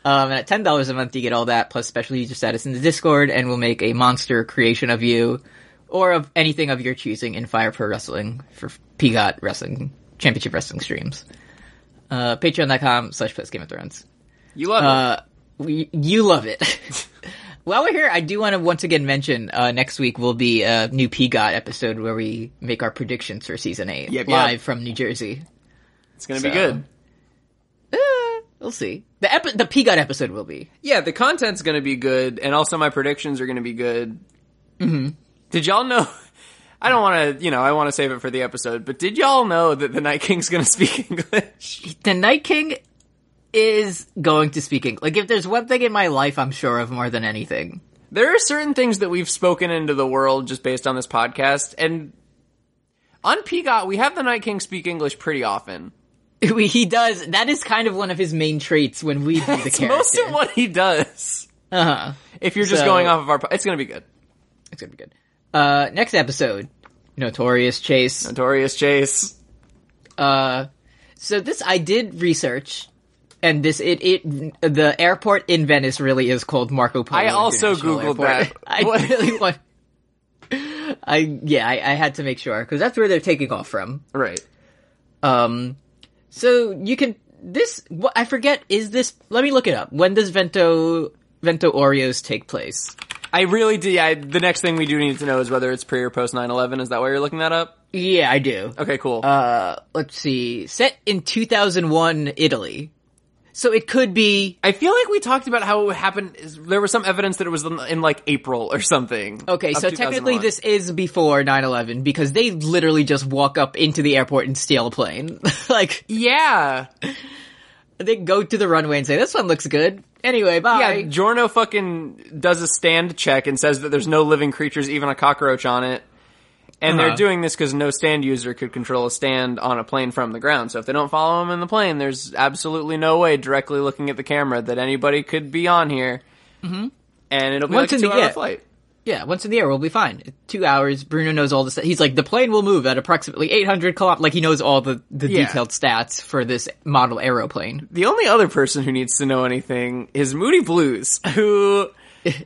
Speaker 2: Um, and at ten dollars a month, you get all that plus special user status in the Discord, and we'll make a monster creation of you or of anything of your choosing in Fire Pro Wrestling for PGOT Wrestling Championship Wrestling streams. Uh, Patreon.com slash Post Game of Thrones.
Speaker 3: You love it.
Speaker 2: Uh, we, you love it. <laughs> While we're here, I do want to once again mention uh, next week will be a new PGOT episode where we make our predictions for season eight
Speaker 3: Yep, yep.
Speaker 2: live from New Jersey.
Speaker 3: It's gonna
Speaker 2: so-
Speaker 3: be good.
Speaker 2: Uh, we'll see. The epi- the PGOT episode will be.
Speaker 3: Yeah, the content's gonna be good, and also my predictions are gonna be good. Mm-hmm. Did y'all know? <laughs> I don't want to, you know, I want to save it for the episode, but did y'all know that the Night King's gonna <laughs> speak English?
Speaker 2: the Night King is going to speak English. Like, if there's one thing in my life I'm sure of more than anything, <laughs>
Speaker 3: there are certain things that we've spoken into the world just based on this podcast and On Peacock, we have the Night King speak English pretty often.
Speaker 2: he does. That is kind of one of his main traits when we do the
Speaker 3: <laughs> It's
Speaker 2: character.
Speaker 3: most of what he does.
Speaker 2: uh-huh.
Speaker 3: If you're just
Speaker 2: So-
Speaker 3: going off of our, po- it's going to be good.
Speaker 2: It's gonna be good. Uh, next episode, Notorious Chase.
Speaker 3: Notorious Chase.
Speaker 2: Uh, so this I did research, and this it it the airport in Venice really is called Marco Polo.
Speaker 3: I also
Speaker 2: International
Speaker 3: Googled
Speaker 2: Airport.
Speaker 3: that.
Speaker 2: <laughs> I
Speaker 3: What-
Speaker 2: really want. I yeah, I, I had to make sure because that's where they're taking off from.
Speaker 3: Right.
Speaker 2: Um, so you can this what I forget is this. Let me look it up. When does Vento Vento Oreos take place?
Speaker 3: I really do. I, the next thing we do need to know is whether it's pre or post 9-11. Is that why you're looking that up?
Speaker 2: Yeah, I do.
Speaker 3: Okay, cool.
Speaker 2: Uh, let's see. Set in 2001 Italy. So it could be
Speaker 3: I feel like we talked about how it happened. Is, there was some evidence that it was in, in like April or something.
Speaker 2: Okay,
Speaker 3: of
Speaker 2: so technically
Speaker 3: 2001.
Speaker 2: this is before 9-11 because they literally just walk up into the airport and steal a plane. <laughs> like,
Speaker 3: Yeah.
Speaker 2: they go to the runway and say, this one looks good. Anyway, bye.
Speaker 3: Yeah, Jorno fucking does a stand check and says that there's no living creatures, even a cockroach on it. And
Speaker 2: Uh-huh.
Speaker 3: they're doing this because no stand user could control a stand on a plane from the ground. So if they don't follow him in the plane, there's absolutely no way directly looking at the camera that anybody could be on here. Mm-hmm. And it'll be
Speaker 2: Once
Speaker 3: like
Speaker 2: in
Speaker 3: a
Speaker 2: the
Speaker 3: two hour
Speaker 2: air.
Speaker 3: flight.
Speaker 2: Yeah, once in the air, we'll be fine. Two hours, Bruno knows all the st- He's like, the plane will move at approximately 800 kilometers. Like, he knows all the, the
Speaker 3: Yeah.
Speaker 2: detailed stats for this model aeroplane.
Speaker 3: The only other person who needs to know anything is Moody Blues, <laughs> who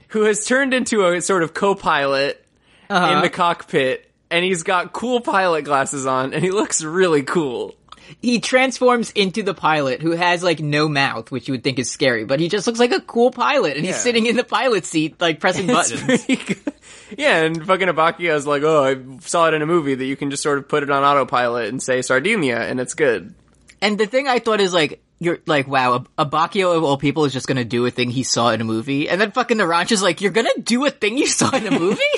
Speaker 3: who has turned into a sort of co-pilot
Speaker 2: Uh-huh.
Speaker 3: in the cockpit, and he's got cool pilot glasses on, and he looks really cool. <laughs>
Speaker 2: He transforms into the pilot who has, like, no mouth, which you would think is scary, but he just looks like a cool pilot, and he's
Speaker 3: Yeah.
Speaker 2: sitting in the pilot seat, like, pressing
Speaker 3: It's
Speaker 2: buttons.
Speaker 3: pretty good. Yeah, and fucking Abakio's like, oh, I saw it in a movie that you can just sort of put it on autopilot and say Sardinia, and it's good.
Speaker 2: And the thing I thought is like, you're like, wow, Ab- Abakio of all people is just gonna do a thing he saw in a movie. And then fucking Naranch is like, you're gonna do a thing you saw in a
Speaker 3: <laughs>
Speaker 2: movie?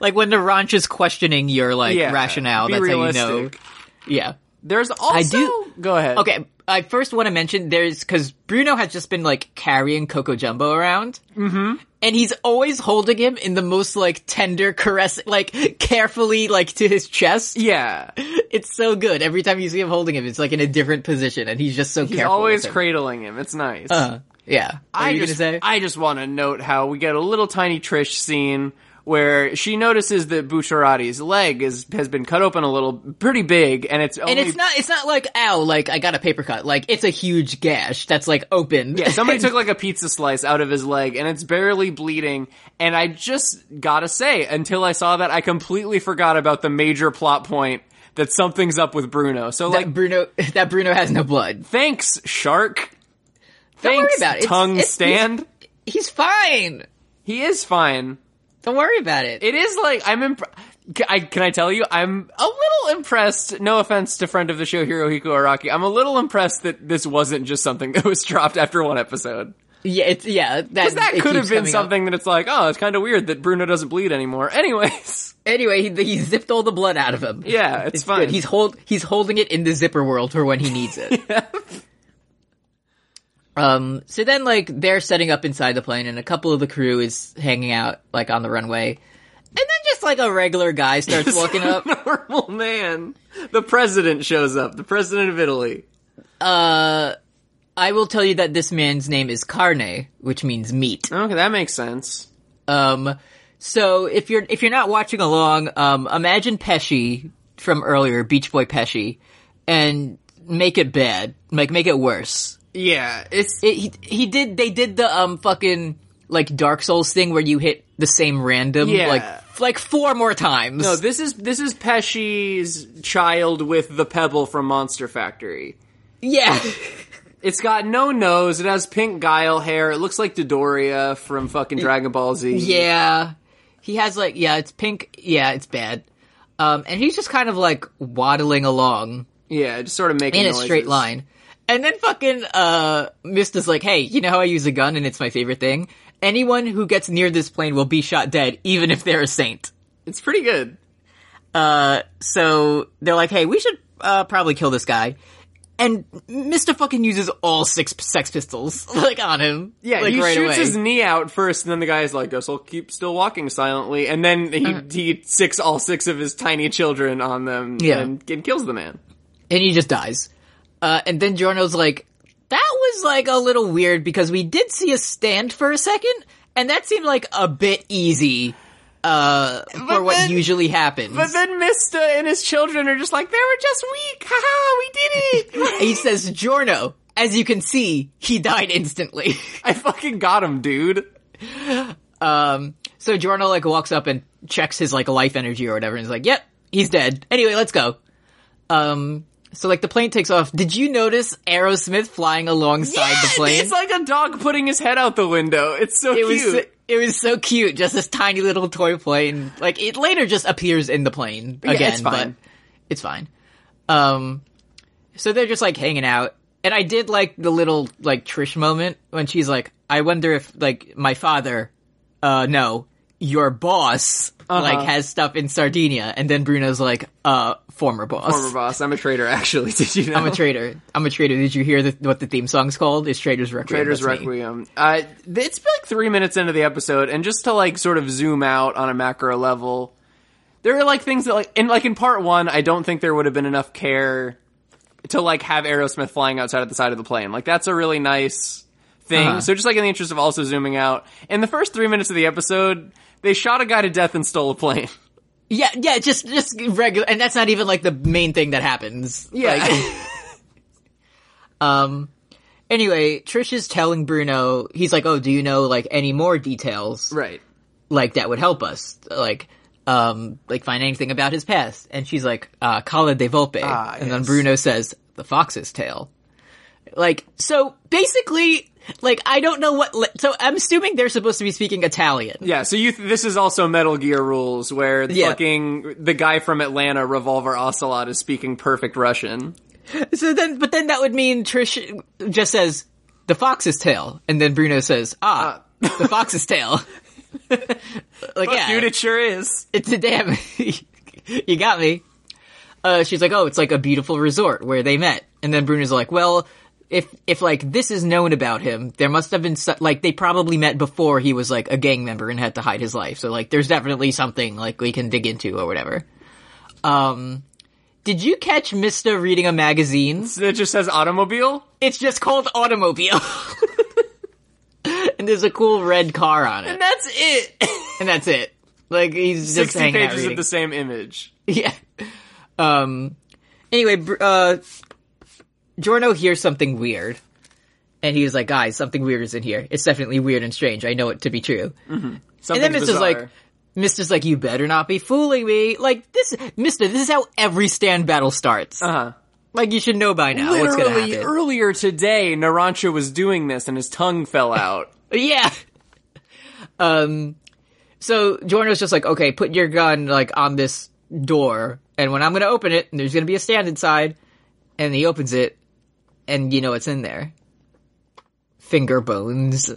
Speaker 2: like when Naranch is questioning your like
Speaker 3: Yeah,
Speaker 2: rationale,
Speaker 3: be
Speaker 2: that's how you know.
Speaker 3: realistic.
Speaker 2: Yeah.
Speaker 3: There's also
Speaker 2: do-
Speaker 3: go ahead.
Speaker 2: Okay, I first want to mention there's cause Bruno has just been like carrying Coco Jumbo around. Mm-hmm. And he's always holding him in the most like tender caress, like carefully like to his chest.
Speaker 3: Yeah,
Speaker 2: <laughs> It's so good. Every time you see him holding him, it's like in a different position, and he's just so
Speaker 3: he's
Speaker 2: careful.
Speaker 3: always
Speaker 2: with him.
Speaker 3: cradling him. It's nice.
Speaker 2: Uh, yeah. Are
Speaker 3: I
Speaker 2: you
Speaker 3: just,
Speaker 2: gonna say?
Speaker 3: I just want to note how we get a little tiny Trish scene where she notices that Bucciarati's leg is has been cut open a little, pretty big, and it's only,
Speaker 2: and it's not. It's not like ow, like I got a paper cut. Like it's a huge gash that's like open. <laughs>
Speaker 3: Yeah, somebody took like a pizza slice out of his leg, and it's barely bleeding. And I just gotta say, until I saw that, I completely forgot about the major plot point that something's up with Bruno. So like,
Speaker 2: that Bruno. <laughs> That Bruno has no blood.
Speaker 3: thanks, shark.
Speaker 2: Don't
Speaker 3: Thanks,
Speaker 2: worry about it. It's-
Speaker 3: tongue
Speaker 2: it's-
Speaker 3: stand.
Speaker 2: He's, he's fine.
Speaker 3: He is fine.
Speaker 2: Don't worry about it.
Speaker 3: It is like I'm imp- Can I, can I tell you? I'm a little impressed. No offense to friend of the show Hirohiko Araki. I'm a little impressed that this wasn't just something <laughs> that was dropped after one episode.
Speaker 2: yeah. It's yeah. That,
Speaker 3: 'Cause that
Speaker 2: it
Speaker 3: could have
Speaker 2: keeps
Speaker 3: been
Speaker 2: coming up.
Speaker 3: something that it's like, oh, it's kind of weird that Bruno doesn't bleed anymore. Anyways,
Speaker 2: Anyway, he, he zipped all the blood out of him.
Speaker 3: yeah, it's, fine.
Speaker 2: Good. He's hold he's holding it in the zipper world for when he needs
Speaker 3: <laughs>
Speaker 2: it. Um so then like they're setting up inside the plane and a couple of the crew is hanging out like on the runway. And then just like a regular guy
Speaker 3: <laughs>
Speaker 2: starts walking up.
Speaker 3: normal man. The president shows up. The president of Italy.
Speaker 2: I will tell you that this man's name is Carne, which means meat.
Speaker 3: Okay, that makes sense.
Speaker 2: Um so if you're if you're not watching along, um imagine Pesci from earlier, Beach Boy Pesci, and make it bad. Like make it worse.
Speaker 3: Yeah, it's
Speaker 2: it, he, he did they did the um fucking like Dark Souls thing where you hit the same random
Speaker 3: Yeah.
Speaker 2: like like four more times.
Speaker 3: no. This is this is Pesci's child with the pebble from Monster Factory.
Speaker 2: <laughs> yeah.
Speaker 3: It's got no nose. It has pink guile hair. It looks like Dodoria from fucking Dragon Ball Z.
Speaker 2: yeah. He has like yeah, it's pink. Yeah, it's bad. Um and he's just kind of like waddling along
Speaker 3: yeah, just sort of making
Speaker 2: in a
Speaker 3: noises.
Speaker 2: straight line. And then fucking uh Mista's like, "Hey, you know how I use a gun and it's my favorite thing? Anyone who gets near this plane will be shot dead even if they're a saint."
Speaker 3: It's pretty good.
Speaker 2: so they're like, "Hey, we should uh, probably kill this guy." and Mister fucking uses all six Sex Pistols <laughs> like on him.
Speaker 3: Yeah,
Speaker 2: like,
Speaker 3: he
Speaker 2: right
Speaker 3: shoots
Speaker 2: away.
Speaker 3: his knee out first, and then the guy's like, "Guess I'll keep still walking silently." And then he he six all six of his tiny children on them,
Speaker 2: Yeah.
Speaker 3: and, and kills the man.
Speaker 2: and he just dies. Uh, and then Giorno's like, that was like a little weird because we did see a stand for a second, and that seemed like a bit easy uh, for what
Speaker 3: then-
Speaker 2: usually happens.
Speaker 3: But then Mista and his children are just like, "They were just weak. Haha, we did
Speaker 2: <laughs>
Speaker 3: it."
Speaker 2: he says, Giorno, as you can see, he died instantly. <laughs>
Speaker 3: I fucking got him, dude.
Speaker 2: um, so Giorno like walks up and checks his like life energy or whatever, and he's like, yep, he's dead. Anyway, let's go. Um, so like the plane takes off. Did you notice Aerosmith flying alongside the plane?
Speaker 3: It's like a dog putting his head out the window. It's so
Speaker 2: it was
Speaker 3: cute.
Speaker 2: so- it was so cute, just this tiny little toy plane. Like it later just appears in the plane again,
Speaker 3: it's fine.
Speaker 2: but it's fine. Um, so they're just like hanging out, and I did like the little like Trish moment when she's like, "I wonder if like my father, uh, no, your boss."
Speaker 3: Uh-huh.
Speaker 2: Like has stuff in Sardinia, and then Bruno's like, "Uh, former boss,
Speaker 3: Former boss, I'm a traitor. Actually, <laughs> did you know?
Speaker 2: I'm a traitor. I'm a traitor." Did you hear the, what the theme song's called? It's Traitors Requiem.
Speaker 3: Trader's
Speaker 2: That's me.
Speaker 3: Requiem. Uh, it's like three minutes into the episode, and just to like sort of zoom out on a macro level, there are like things that like in like in part one, I don't think there would have been enough care to like have Aerosmith flying outside of the side of the plane. Like that's a really nice thing.
Speaker 2: Uh-huh.
Speaker 3: So just like in the interest of also zooming out, in the first three minutes of the episode, they shot a guy to death and stole a plane. <laughs>
Speaker 2: Yeah, yeah, just just regular, and that's not even like the main thing that happens. Like, <laughs> um. Anyway, Trish is telling Bruno. He's like, "Oh, do you know like any more details
Speaker 3: right.
Speaker 2: like that would help us? Like, um, like find anything about his past?" And she's like, uh, "Cala de Volpe,"
Speaker 3: Ah,
Speaker 2: and then
Speaker 3: yes.
Speaker 2: Bruno says, "The fox's tail." Like, so basically, like I don't know what. li- So I'm assuming they're supposed to be speaking Italian.
Speaker 3: Yeah, so you th- this is also Metal Gear rules where
Speaker 2: Yeah.
Speaker 3: fucking the guy from Atlanta, Revolver Ocelot, is speaking perfect Russian.
Speaker 2: So then, but then that would mean Trish just says the fox's tail, and then Bruno says, "Ah, the fox's tail." <laughs> like, yeah,
Speaker 3: Dude, it sure is.
Speaker 2: it's a damn. <laughs> you got me. Uh, she's like, "Oh, it's like a beautiful resort where they met," and then Bruno's like, "Well." If if like this is known about him, there must have been so- like they probably met before he was like a gang member and had to hide his life. So like there's definitely something like we can dig into or whatever. Um, did you catch Mister reading a magazine?
Speaker 3: It just says automobile.
Speaker 2: It's just called Automobile. <laughs> and there's a cool red car on it.
Speaker 3: That's it.
Speaker 2: And that's it. Like he's just
Speaker 3: Sixty
Speaker 2: hanging out
Speaker 3: pages of
Speaker 2: reading.
Speaker 3: the same image.
Speaker 2: <laughs> Yeah. Um anyway, Br- uh Giorno hears something weird. And he was like, "Guys, something weird is in here. It's definitely weird and strange. I know it to be true." And
Speaker 3: Something
Speaker 2: then Mister's
Speaker 3: bizarre.
Speaker 2: like, "Mister's like, you better not be fooling me. Like this, Mister. This is how every stand battle starts.
Speaker 3: Uh-huh.
Speaker 2: Like you should know by now what's gonna
Speaker 3: literally
Speaker 2: happen."
Speaker 3: earlier today, Narancha was doing this and his tongue <laughs> fell out.
Speaker 2: Yeah. Um. So Jordan's just like, okay, put your gun like on this door, and when I'm gonna open it, there's gonna be a stand inside, and he opens it, and you know it's in there. Finger bones.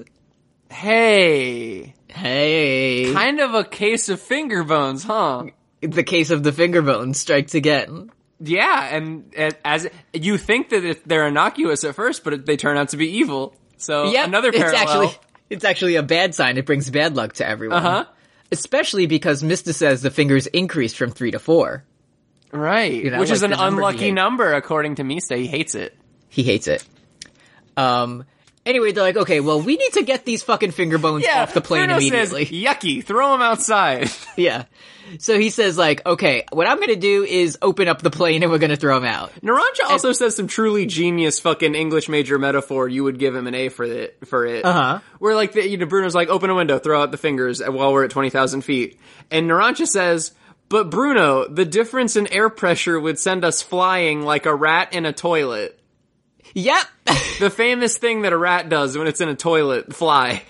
Speaker 3: hey,
Speaker 2: Hey,
Speaker 3: kind of a case of finger bones, huh?
Speaker 2: the case of the finger bones strikes again.
Speaker 3: Yeah, and, and as you think that it, they're innocuous at first, but it, they turn out to be evil. So
Speaker 2: Yep,
Speaker 3: another
Speaker 2: it's
Speaker 3: parallel.
Speaker 2: actually it's actually a bad sign. It brings bad luck to everyone,
Speaker 3: Uh-huh.
Speaker 2: especially because Mista says the fingers increased from three to four.
Speaker 3: right,
Speaker 2: know,
Speaker 3: which is
Speaker 2: like
Speaker 3: an
Speaker 2: the number he
Speaker 3: unlucky
Speaker 2: hates.
Speaker 3: number according to Misa. He hates it.
Speaker 2: He hates it. Um. Anyway, they're like, okay, well, we need to get these fucking finger bones off the plane
Speaker 3: Bruno says,
Speaker 2: immediately.
Speaker 3: Yucky! Throw him outside.
Speaker 2: <laughs> yeah. So he says, like, okay, what I'm gonna do is open up the plane and we're gonna throw them out.
Speaker 3: Naranja also says some truly genius fucking English major metaphor. You would give him an A for it. For it,
Speaker 2: Uh-huh.
Speaker 3: Where like the, you know, Bruno's like, open a window, throw out the fingers uh, while we're at twenty thousand feet, and Naranja says. But Bruno, the difference in air pressure would send us flying like a rat in a toilet.
Speaker 2: Yep, <laughs>
Speaker 3: The famous thing that a rat does when it's in a toilet, fly.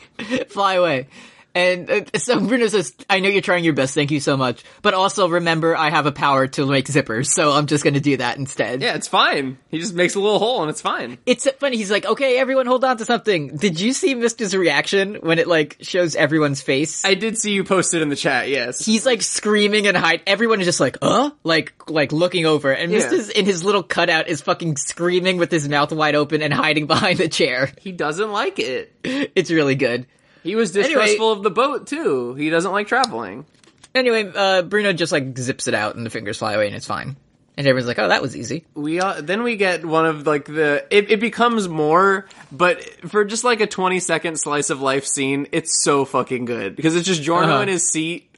Speaker 2: fly away. And uh, so Bruno says, I know you're trying your best. Thank you so much. But also remember, I have a power to make zippers. So I'm just going to do that instead.
Speaker 3: Yeah, it's fine. He just makes a little hole and it's fine.
Speaker 2: It's funny. He's like, okay, everyone hold on to something. Did you see Mister's reaction when it like shows everyone's face?
Speaker 3: I did see you posted in the chat, yes.
Speaker 2: He's like screaming and hide. Everyone is just like, uh, like, like looking over. And
Speaker 3: Yeah.
Speaker 2: Mister's in his little cutout is fucking screaming with his mouth wide open and hiding <laughs> behind the chair.
Speaker 3: he doesn't like it.
Speaker 2: It's really good.
Speaker 3: He was distrustful of the boat too. He doesn't like traveling.
Speaker 2: Anyway, uh, Bruno just like zips it out and the fingers fly away and it's fine. And everyone's like, oh, that was easy.
Speaker 3: We uh, then we get one of like the it, it becomes more, but for just like a twenty second slice of life scene, it's so fucking good because it's just Jorno
Speaker 2: Uh-huh.
Speaker 3: in his seat,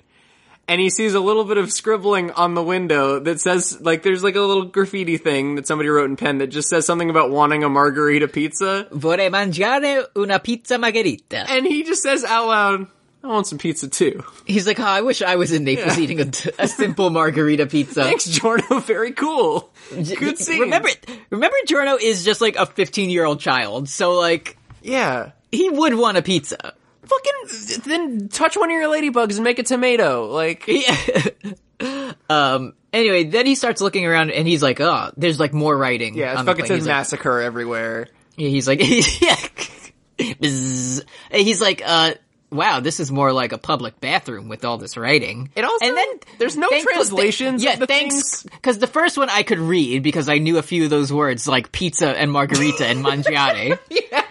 Speaker 3: and he sees a little bit of scribbling on the window that says like there's like a little graffiti thing that somebody wrote in pen that just says something about wanting a margarita pizza,
Speaker 2: Vorrei mangiare una pizza margherita.
Speaker 3: and he just says out loud, "I want some pizza too." <laughs>
Speaker 2: He's like, oh, I wish I was in Naples eating a, a simple margarita <laughs> pizza.
Speaker 3: Thanks, Jorno. Very cool. Good scene.
Speaker 2: Remember, remember, Giorno is just like a 15 year old child, so like
Speaker 3: yeah.
Speaker 2: he would want a pizza.
Speaker 3: Fucking then touch one of your ladybugs and make a tomato. Like
Speaker 2: <laughs> Um. Anyway, then he starts looking around and he's like, oh, there's like more writing.
Speaker 3: Yeah, it's
Speaker 2: on the
Speaker 3: fucking
Speaker 2: plane."
Speaker 3: says
Speaker 2: He's like-
Speaker 3: massacre everywhere.
Speaker 2: Yeah, he's like, <laughs> yeah. Bzzz. And he's like, uh, wow, this is more like a public bathroom with all this writing.
Speaker 3: It also-
Speaker 2: and then
Speaker 3: there's no
Speaker 2: thankful-
Speaker 3: translations
Speaker 2: yeah,
Speaker 3: of the
Speaker 2: thanks. Because the first one I could read because I knew a few of those words like pizza and margarita
Speaker 3: <laughs>
Speaker 2: and mangiare. yeah.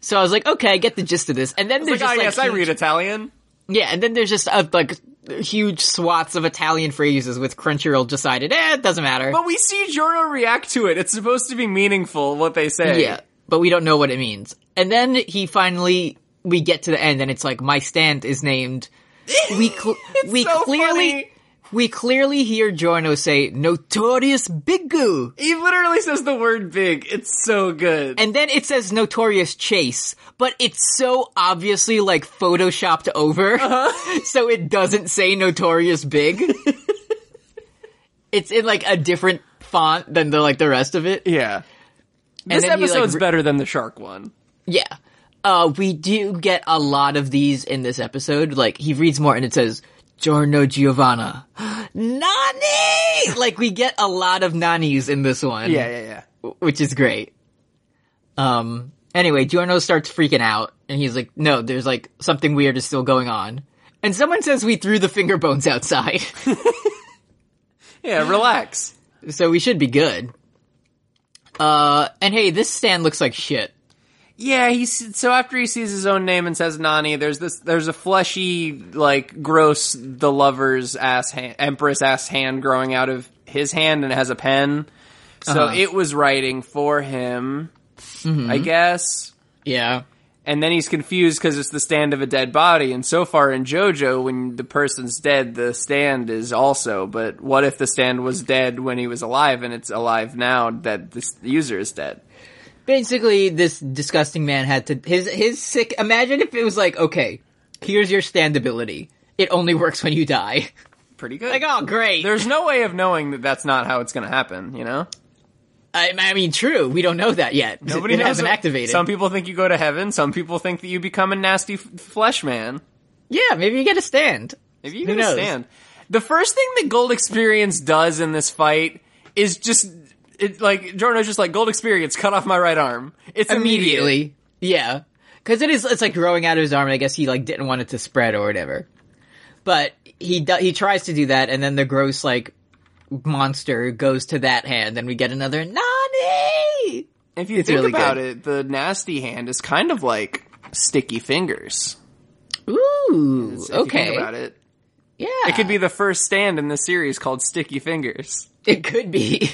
Speaker 2: So I was like, okay, I get the gist of this. And then there's
Speaker 3: Like,
Speaker 2: just
Speaker 3: oh,
Speaker 2: like
Speaker 3: yes, I
Speaker 2: huge-
Speaker 3: read Italian.
Speaker 2: yeah, and then there's just uh, like huge swaths of Italian phrases with Crunchyroll decided, eh, it doesn't matter.
Speaker 3: But we see Joro react to it. It's supposed to be meaningful what they say.
Speaker 2: Yeah, but we don't know what it means. And then he finally, we get to the end, and it's like my stand is
Speaker 3: <laughs>
Speaker 2: named. We cl- we
Speaker 3: so
Speaker 2: clearly
Speaker 3: funny.
Speaker 2: we clearly hear Giorno say "notorious Bigu,"
Speaker 3: He literally says the word big. It's so good.
Speaker 2: and then it says "notorious Chase," but it's so obviously like photoshopped over, <laughs> so it doesn't say "notorious Big." it's in like a different font than the like the rest of it.
Speaker 3: yeah. This
Speaker 2: then he, like,
Speaker 3: episode's
Speaker 2: re-
Speaker 3: better than the shark one.
Speaker 2: Yeah. Uh, we do get a lot of these in this episode. Like, he reads more and it says, Giorno Giovanna. <gasps> Nani! Like, we get a lot of nanis in this one.
Speaker 3: Yeah, yeah, yeah.
Speaker 2: Which is great. Um, anyway, Giorno starts freaking out and he's like, no, there's like something weird is still going on. And someone says we threw the finger bones <laughs> outside.
Speaker 3: Yeah, relax.
Speaker 2: so we should be good. Uh, and hey, this stand looks like shit.
Speaker 3: Yeah, he's so after he sees his own name and says Nani, there's this there's a fleshy, like gross the lover's ass hand, empress ass hand growing out of his hand and it has a pen. So
Speaker 2: Uh-huh.
Speaker 3: it was writing for him, I guess.
Speaker 2: Yeah.
Speaker 3: And then he's confused because it's the stand of a dead body. And so far in JoJo, when the person's dead, the stand is also. But what if the stand was dead when he was alive and it's alive now that this, the user is dead?
Speaker 2: basically this disgusting man had to his his sick imagine if it was like okay here's your standability it only works when you die <laughs>
Speaker 3: Pretty good.
Speaker 2: like oh great
Speaker 3: There's no way of knowing that that's not how it's going to happen, you know?
Speaker 2: I, I mean true we don't know that yet
Speaker 3: Nobody
Speaker 2: it
Speaker 3: knows.
Speaker 2: hasn't activated
Speaker 3: Some people think you go to heaven. Some people think that you become a nasty f- flesh man.
Speaker 2: yeah maybe you get a stand
Speaker 3: If
Speaker 2: Who
Speaker 3: you can
Speaker 2: knows?
Speaker 3: stand. The first thing that Gold Experience does in this fight is just, it's like, Jordan's just like, Gold Experience, cut off my right arm. It's immediate.
Speaker 2: immediately yeah because it is it's like growing out of his arm and I guess he like didn't want it to spread or whatever but he do- he tries to do that and then the gross like monster goes to that hand and we get another nani
Speaker 3: If you
Speaker 2: It's
Speaker 3: think
Speaker 2: really
Speaker 3: about
Speaker 2: good.
Speaker 3: it, the nasty hand is kind of like sticky fingers.
Speaker 2: ooh
Speaker 3: If you think
Speaker 2: okay
Speaker 3: about it.
Speaker 2: yeah
Speaker 3: It could be the first stand in the series called Sticky Fingers.
Speaker 2: <laughs> It could be.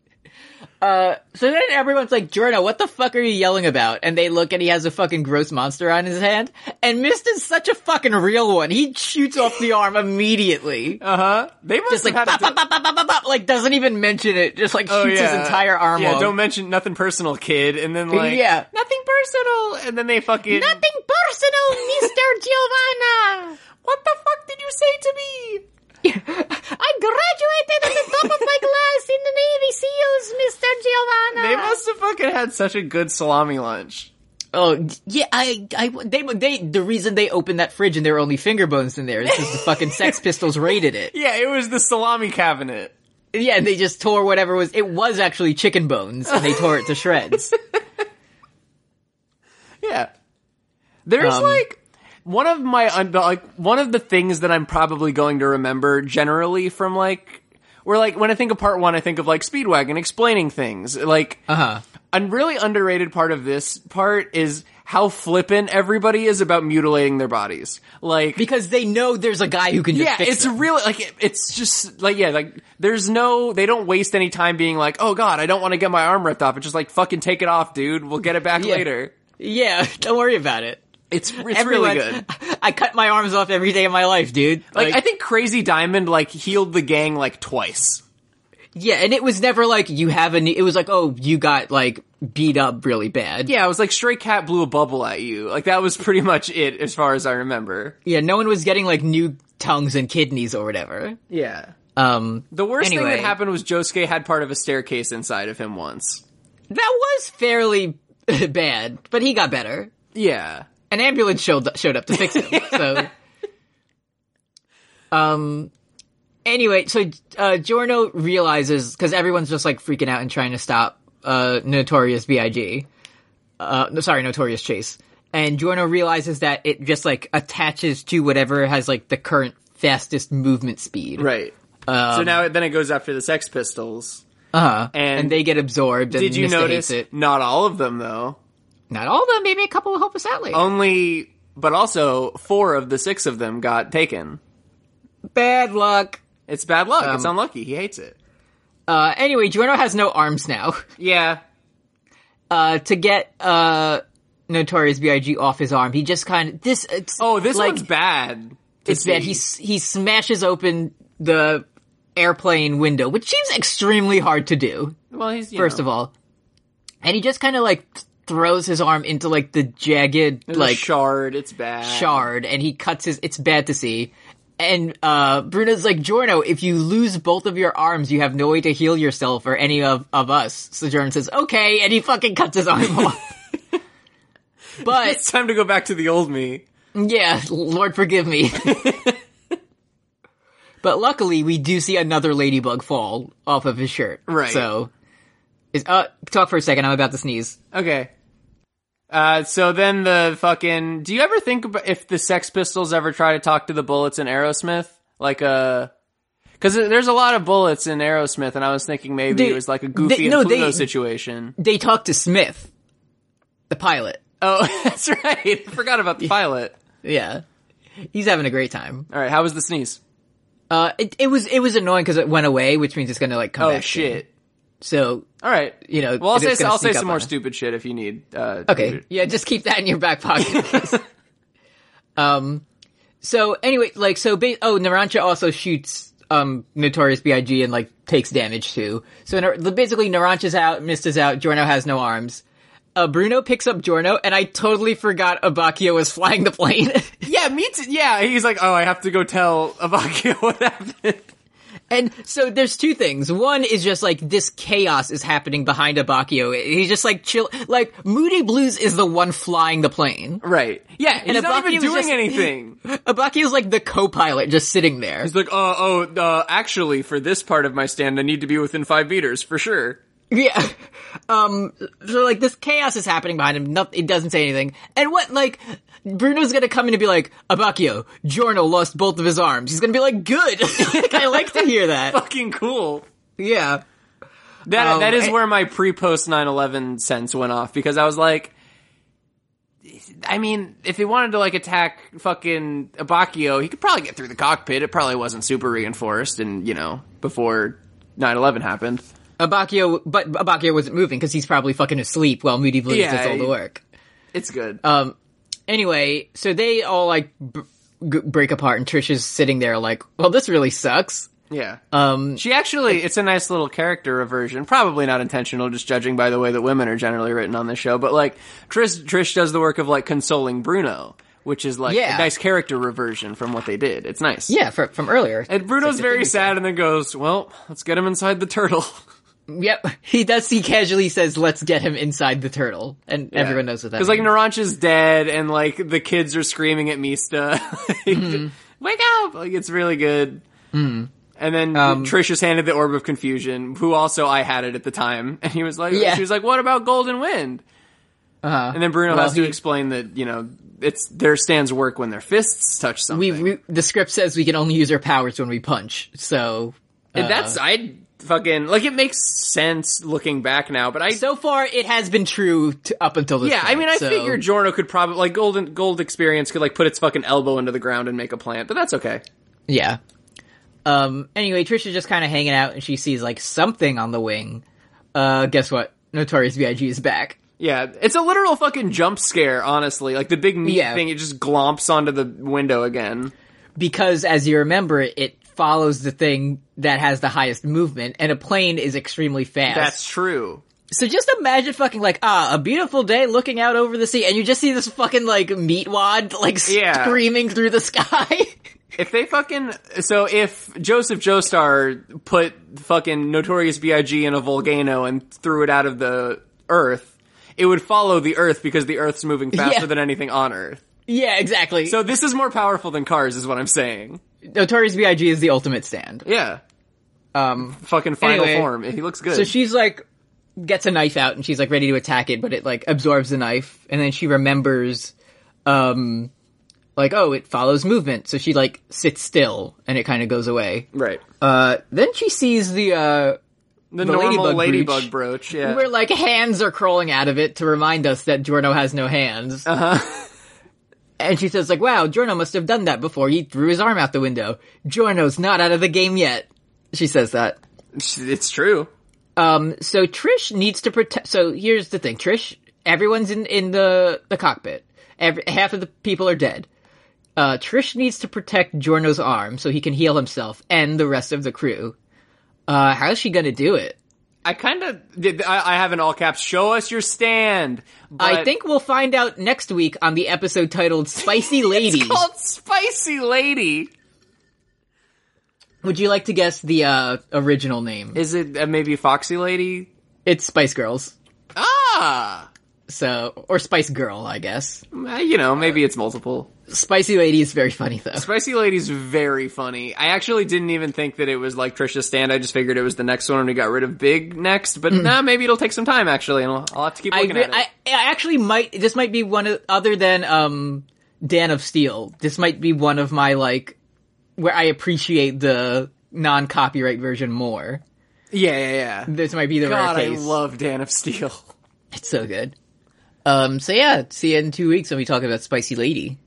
Speaker 2: <laughs> uh, so then everyone's like, Jorno, what the fuck are you yelling about? And they look and he has a fucking gross monster on his hand. And Mist is such a fucking real one. He shoots off the arm immediately.
Speaker 3: Uh huh. They must
Speaker 2: Just like,
Speaker 3: have
Speaker 2: pop,
Speaker 3: had a
Speaker 2: pop, pop, pop, pop, pop, pop, like doesn't even mention it. Just like shoots his entire arm
Speaker 3: Oh, Yeah,
Speaker 2: off.
Speaker 3: don't mention nothing personal, kid.
Speaker 2: <laughs>
Speaker 3: And then like,
Speaker 2: Yeah.
Speaker 3: nothing personal. And then they fucking
Speaker 2: Nothing personal, <laughs> Mr. Giovanna!
Speaker 3: What the fuck did you say to me?
Speaker 2: <laughs> I graduated at the top of my class in the Navy SEALs, Mr. Giovanna!
Speaker 3: They must have fucking had such a good salami lunch.
Speaker 2: Oh yeah, I, I, they, they, the reason they opened that fridge and there were only finger bones in there is because the fucking
Speaker 3: <laughs>
Speaker 2: Sex Pistols raided it.
Speaker 3: Yeah, it was the salami cabinet.
Speaker 2: Yeah, they just tore whatever was. It was actually chicken bones, and they tore it to shreds.
Speaker 3: Yeah. There's
Speaker 2: Um,
Speaker 3: like one of my un- the- like one of the things that I'm probably going to remember generally from like where like when I think of part 1 I think of like Speedwagon explaining things. Like
Speaker 2: Uh huh.
Speaker 3: a really underrated part of this part is how flippant everybody is about mutilating their bodies. Like
Speaker 2: Because they know there's a guy who can just
Speaker 3: yeah,
Speaker 2: fix
Speaker 3: it's
Speaker 2: them.
Speaker 3: really like it- it's just like yeah, like there's no they don't waste any time being like, "Oh god, I don't want to get my arm ripped off." It's just like fucking take it off, dude. We'll get it back
Speaker 2: Yeah.
Speaker 3: later. <laughs>
Speaker 2: yeah. Don't worry about it.
Speaker 3: It's it's
Speaker 2: Everyone,
Speaker 3: really good.
Speaker 2: <laughs> I cut my arms off every day of my life, dude.
Speaker 3: Like, I think Crazy Diamond like healed the gang like twice.
Speaker 2: yeah, and it was never like you have a. knee- It was like, oh, you got like beat up really bad.
Speaker 3: Yeah, it was like Stray Cat blew a bubble at you. Like that was pretty much it as far as I remember.
Speaker 2: yeah. No one was getting like new tongues and kidneys or whatever.
Speaker 3: Yeah.
Speaker 2: Um,
Speaker 3: The worst thing
Speaker 2: Anyway.
Speaker 3: that happened was Josuke had part of a staircase inside of him once.
Speaker 2: that was fairly <laughs> bad, but he got better.
Speaker 3: Yeah.
Speaker 2: an ambulance showed showed up to fix him.
Speaker 3: <laughs>
Speaker 2: So, um, anyway, so uh, Giorno realizes because everyone's just like freaking out and trying to stop uh, Notorious B.I.G. Uh, no, sorry, Notorious Chase. And Giorno realizes that it just like attaches to whatever has like the current fastest movement speed.
Speaker 3: Right. Um, so now then it goes after the Sex Pistols.
Speaker 2: Uh-huh.
Speaker 3: And
Speaker 2: And, they get absorbed. And
Speaker 3: Did you
Speaker 2: Mista
Speaker 3: notice
Speaker 2: hates it?
Speaker 3: not all of them though?
Speaker 2: Not all of them. Maybe a couple will help us out later.
Speaker 3: Oh. Only but also 4 of the 6 of them got taken.
Speaker 2: Bad luck.
Speaker 3: It's bad luck. it's
Speaker 2: Um,
Speaker 3: unlucky. He hates it.
Speaker 2: Uh, anyway, Giorno has no arms now. <laughs>
Speaker 3: Yeah.
Speaker 2: uh, to get uh, Notorious B.I.G. off his arm. He just kind of this. It's,
Speaker 3: Oh, this
Speaker 2: like,
Speaker 3: one's bad. to
Speaker 2: It's that
Speaker 3: see.
Speaker 2: he s- he smashes open the airplane window, which seems extremely hard to do.
Speaker 3: Well, he's you
Speaker 2: First
Speaker 3: know,
Speaker 2: of all, and he just kind of like th- throws his arm into like the jagged
Speaker 3: there's a
Speaker 2: like
Speaker 3: shard. It's bad.
Speaker 2: shard, and he cuts his. It's bad to see. And uh, Bruno's like, Giorno, if you lose both of your arms, you have no way to heal yourself or any of, of us. So Giorno says, okay, and he fucking cuts his
Speaker 3: <laughs>
Speaker 2: arm off. but
Speaker 3: <laughs> It's time to go back to the old me.
Speaker 2: Yeah, Lord forgive
Speaker 3: <laughs>
Speaker 2: me. but luckily, we do see another ladybug fall off of his shirt.
Speaker 3: Right.
Speaker 2: So, is uh, talk for a second. I'm about to sneeze.
Speaker 3: Okay. Uh, so then the fucking. Do you ever think about if the Sex Pistols ever try to talk to the Bullets in Aerosmith? Like uh Because there's a lot of Bullets in Aerosmith, and I was thinking maybe
Speaker 2: They-
Speaker 3: it was like a goofy
Speaker 2: they-
Speaker 3: and
Speaker 2: no,
Speaker 3: Pluto
Speaker 2: they-
Speaker 3: situation.
Speaker 2: They talk to Smith, the pilot.
Speaker 3: Oh, <laughs> that's right. I forgot about the pilot.
Speaker 2: Yeah, he's having a great time.
Speaker 3: All right, how was the sneeze?
Speaker 2: Uh, it, it was it was annoying because it went away, which means it's gonna like come
Speaker 3: Oh
Speaker 2: back. soon.
Speaker 3: shit!
Speaker 2: So
Speaker 3: All right.
Speaker 2: you know,
Speaker 3: Well, I'll
Speaker 2: it's
Speaker 3: say
Speaker 2: gonna
Speaker 3: I'll say
Speaker 2: sneak up
Speaker 3: some
Speaker 2: on
Speaker 3: more
Speaker 2: us.
Speaker 3: stupid shit if you need. Uh,
Speaker 2: Okay. Yeah, just keep that in your back pocket. <laughs> in case. um so anyway, like so ba- oh, Narancha also shoots um Notorious BIG and like takes damage too. So Nar- basically Narancha's out, Mista's out, Giorno has no arms. Uh, Bruno picks up Giorno and I totally forgot Abacchio was flying the plane. <laughs>
Speaker 3: Yeah, me too. Yeah, he's like, oh, I have to go tell Avakia <laughs> what happened.
Speaker 2: and so there's two things. One is just like this chaos is happening behind Abacchio. He's just like chill like Moody Blues is the one flying the plane.
Speaker 3: Right. Yeah, he's
Speaker 2: and
Speaker 3: not
Speaker 2: Abaki
Speaker 3: even
Speaker 2: was
Speaker 3: doing
Speaker 2: just-
Speaker 3: anything.
Speaker 2: Abacchio's like the co-pilot just sitting there.
Speaker 3: <laughs> He's like, uh, oh, uh, actually, for this part of my stand, I need to be within five meters for sure.
Speaker 2: Yeah. <laughs> Um, so like this chaos is happening behind him. Nothing, it doesn't say anything. And what, like, Bruno's gonna come in and be like, Abacchio, Giorno lost both of his arms. He's gonna be like, good. <laughs> Like, I like to hear that.
Speaker 3: Fucking cool.
Speaker 2: Yeah.
Speaker 3: That
Speaker 2: Um,
Speaker 3: that is
Speaker 2: I-
Speaker 3: where my pre post 9/11 sense went off because I was like, I mean, if he wanted to like attack fucking Abakio, he could probably get through the cockpit. It probably wasn't super reinforced, and you know, before 9/11 happened.
Speaker 2: Abacchio, but Abacchio wasn't moving because he's probably fucking asleep while Moody Blues
Speaker 3: Yeah,
Speaker 2: does all the
Speaker 3: he-
Speaker 2: work.
Speaker 3: It's good.
Speaker 2: Um, anyway, so they all like b- g- break apart and Trish is sitting there like, well, this really sucks.
Speaker 3: yeah.
Speaker 2: Um,
Speaker 3: She actually, it's a nice little character reversion. Probably not intentional, just judging by the way that women are generally written on this show. But like, Trish, Trish does the work of like consoling Bruno, which is like
Speaker 2: Yeah.
Speaker 3: a nice character reversion from what they did. It's nice.
Speaker 2: yeah, fr- from earlier.
Speaker 3: And Bruno's
Speaker 2: It's like the
Speaker 3: very
Speaker 2: thing-
Speaker 3: sad and then goes, well, let's get him inside the turtle.
Speaker 2: Yep, <laughs> he does. He casually says, "Let's get him inside the turtle," and everyone knows what that.
Speaker 3: Because like
Speaker 2: means.
Speaker 3: Narancha's dead, and like the kids are screaming at Mista, <laughs> Like,
Speaker 2: Mm-hmm.
Speaker 3: wake up! Like it's really good. And then
Speaker 2: Um,
Speaker 3: Trish is handed the Orb of Confusion, who also I had it at the time, <laughs> and he was like,
Speaker 2: Yeah.
Speaker 3: she was like, what about Golden Wind? Uh-huh. And then Bruno
Speaker 2: Well,
Speaker 3: has to
Speaker 2: he-
Speaker 3: explain that you know it's their stands work when their fists touch something.
Speaker 2: we, we the script says we can only use our powers when we punch. So
Speaker 3: and that's I fucking like it makes sense looking back now, but I
Speaker 2: so far it has been true to, up until this.
Speaker 3: Yeah, I
Speaker 2: point,
Speaker 3: mean, I
Speaker 2: so-
Speaker 3: figure Jorno could probably like Golden Gold Experience could like put its fucking elbow into the ground and make a plant, but that's okay.
Speaker 2: Yeah. Um. Anyway, Trisha's just kind of hanging out, and she sees like something on the wing. Uh, guess what? Notorious B.I.G. is back.
Speaker 3: Yeah, it's a literal fucking jump scare, honestly. Like the big meat
Speaker 2: Yeah.
Speaker 3: thing, it just glomps onto the window again.
Speaker 2: because as you remember it follows the thing that has the highest movement and a plane is extremely fast
Speaker 3: That's true.
Speaker 2: so just imagine fucking like ah a beautiful day looking out over the sea and you just see this fucking like meat wad like
Speaker 3: Yeah.
Speaker 2: screaming through the <laughs> sky
Speaker 3: If they fucking so if Joseph Joestar put fucking Notorious B.I.G. in a volcano and threw it out of the earth, it would follow the earth because the earth's moving faster
Speaker 2: Yeah.
Speaker 3: than anything on earth.
Speaker 2: yeah exactly so
Speaker 3: So this is more powerful than cars, is what I'm saying.
Speaker 2: notorious big is the ultimate stand
Speaker 3: Yeah.
Speaker 2: um
Speaker 3: Fucking final
Speaker 2: Anyway,
Speaker 3: form. He looks good.
Speaker 2: so she's like gets a knife out and she's like ready to attack it but it like absorbs the knife and then she remembers um like oh it follows movement so she like sits still and it kind of goes away
Speaker 3: Right.
Speaker 2: Uh, then she sees the, uh, the
Speaker 3: the, normal
Speaker 2: ladybug
Speaker 3: ladybug,
Speaker 2: brooch.
Speaker 3: brooch. Yeah.
Speaker 2: where like hands are crawling out of it to remind us that Jorno has no hands. Uh huh. <laughs> And she says like, wow, Jorno must have done that before he threw his arm out the window. Jorno's not out of the game yet. She says that.
Speaker 3: <laughs> it's true.
Speaker 2: Um, so Trish needs to protect, so here's the thing. Trish, everyone's in, in the, the cockpit. Every, half of the people are dead. Uh, Trish needs to protect Jorno's arm so he can heal himself and the rest of the crew. Uh, how's she gonna do it?
Speaker 3: I kind of. I, I have in all caps. Show us your stand.
Speaker 2: I
Speaker 3: but-
Speaker 2: think we'll find out next week on the episode
Speaker 3: <laughs>
Speaker 2: titled Spicy Lady.
Speaker 3: it's <laughs> called Spicy Lady.
Speaker 2: Would you like to guess the uh, original name?
Speaker 3: Is it uh, maybe Foxy Lady?
Speaker 2: It's Spice Girls.
Speaker 3: Ah,
Speaker 2: So, or Spice Girl, I guess.
Speaker 3: Uh, you know, maybe it's multiple.
Speaker 2: Spicy Lady is very funny though.
Speaker 3: Spicy Lady's very funny. I actually didn't even think that it was like Trisha's stand. I just figured it was the next one, and we got rid of Big next. But nah, maybe it'll take some time actually, and I'll, I'll have to keep
Speaker 2: Hmm. I,
Speaker 3: looking
Speaker 2: re-
Speaker 3: at it.
Speaker 2: I, I actually might, this might be one of, other than, um, Dan of Steel, this might be one of my, like, where I appreciate the non-copyright version more.
Speaker 3: yeah, yeah, yeah.
Speaker 2: This might be the
Speaker 3: God,
Speaker 2: rare
Speaker 3: I
Speaker 2: case.
Speaker 3: love Dan of Steel.
Speaker 2: It's so good. Um, so yeah, see you in two weeks when we talk about Spicy Lady.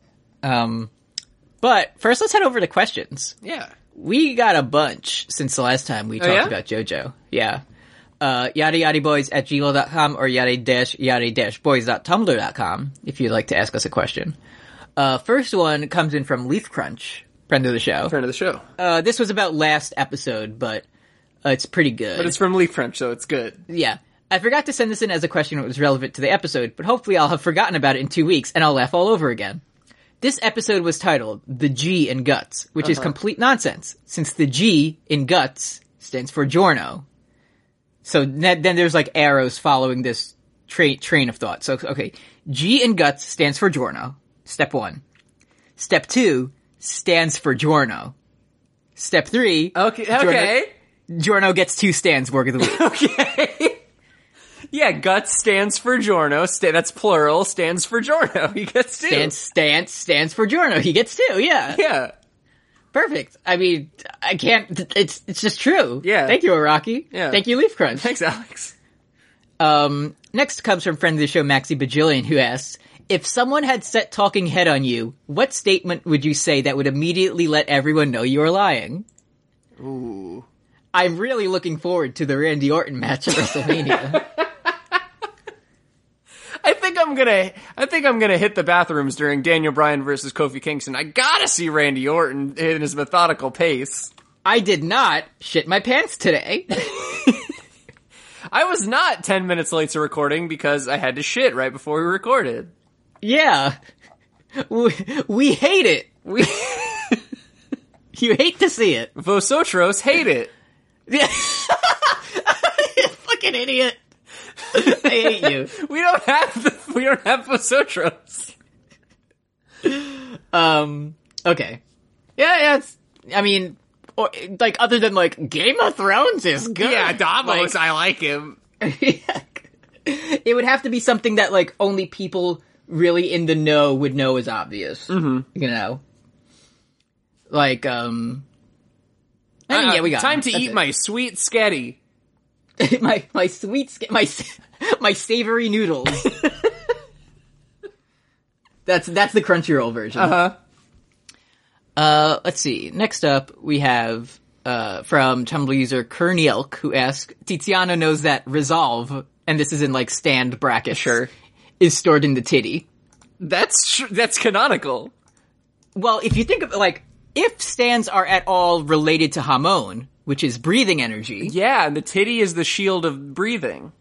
Speaker 2: Um, but first let's head over to questions.
Speaker 3: <laughs> Yeah.
Speaker 2: We got a bunch since the last time we talked
Speaker 3: Oh, yeah?
Speaker 2: about JoJo. Yeah. Uh, yada yada boys at gmail.com or yada dash yada dash boys.tumblr.com if you'd like to ask us a question. Uh, first one comes in from Leaf Crunch, friend of the show.
Speaker 3: Turn to the show.
Speaker 2: Uh, this was about last episode, but uh, it's pretty good.
Speaker 3: But it's from Leaf French, so it's good.
Speaker 2: Yeah. I forgot to send this in as a question that was relevant to the episode, but hopefully I'll have forgotten about it in two weeks and I'll laugh all over again. This episode was titled The G in Guts, which is complete nonsense, since the G in Guts stands for Giorno. So ne- then there's like arrows following this tra- train of thought. So, okay. G in Guts stands for Giorno. Step one. Step two stands for Giorno. Step three.
Speaker 3: Okay.
Speaker 2: Giorno-
Speaker 3: Okay.
Speaker 2: Giorno gets two stands work of the week.
Speaker 3: <laughs> Okay. yeah, guts stands for Giorno. Sta- that's plural. Stands for Giorno. <laughs> He gets two.
Speaker 2: Stance, stance, stands for Giorno. He gets two.
Speaker 3: <laughs>
Speaker 2: Yeah,
Speaker 3: Yeah.
Speaker 2: perfect. I mean, I can't. It's it's just true.
Speaker 3: Yeah.
Speaker 2: Thank you, Araki.
Speaker 3: Yeah.
Speaker 2: Thank you, Leaf Crunch.
Speaker 3: Thanks, Alex.
Speaker 2: Um, next comes from friend of the show Maxi Bajillion, who asks if someone had set talking head on you, what statement would you say that would immediately let everyone know you are lying?
Speaker 3: Ooh.
Speaker 2: I'm really looking forward to the Randy Orton match at
Speaker 3: <laughs>
Speaker 2: WrestleMania.
Speaker 3: I think I'm gonna. I think I'm gonna hit the bathrooms during Daniel Bryan versus Kofi Kingston. I gotta see Randy Orton in his methodical pace.
Speaker 2: I did not shit my pants today. <laughs>
Speaker 3: I was not ten minutes late to recording because I had to shit right before we recorded.
Speaker 2: yeah, we, we hate it.
Speaker 3: We <laughs>
Speaker 2: You hate to see it.
Speaker 3: Vosotros hate it.
Speaker 2: Yeah. <laughs> fucking idiot. I hate you.
Speaker 3: We don't have the, <laughs> we don't have Posotros.
Speaker 2: Um. Okay. Yeah. Yeah. It's. I mean, or, like other than like Game of Thrones is good. Like,
Speaker 3: I like him.
Speaker 2: <laughs> it would have to be something that like only people really in the know would know is obvious. Mm-hmm. You know. Like um. I mean, yeah, we got
Speaker 3: Uh, time
Speaker 2: him.
Speaker 3: to
Speaker 2: That's
Speaker 3: eat
Speaker 2: it.
Speaker 3: my sweet sketty.
Speaker 2: <laughs> my my sweet sk- my <laughs> s- my savory noodles. <laughs> that's that's the Crunchyroll version. Uh-huh. Uh let's see. Next up we have uh from Tumblr user Kearney Elk who asks Tiziano knows that resolve and this is in like stand brackets
Speaker 3: Sure.
Speaker 2: is stored in the titty.
Speaker 3: That's tr- that's canonical.
Speaker 2: Well, if you think of like if stands are at all related to Hamon, which is breathing energy.
Speaker 3: Yeah, and the titty is the shield of breathing.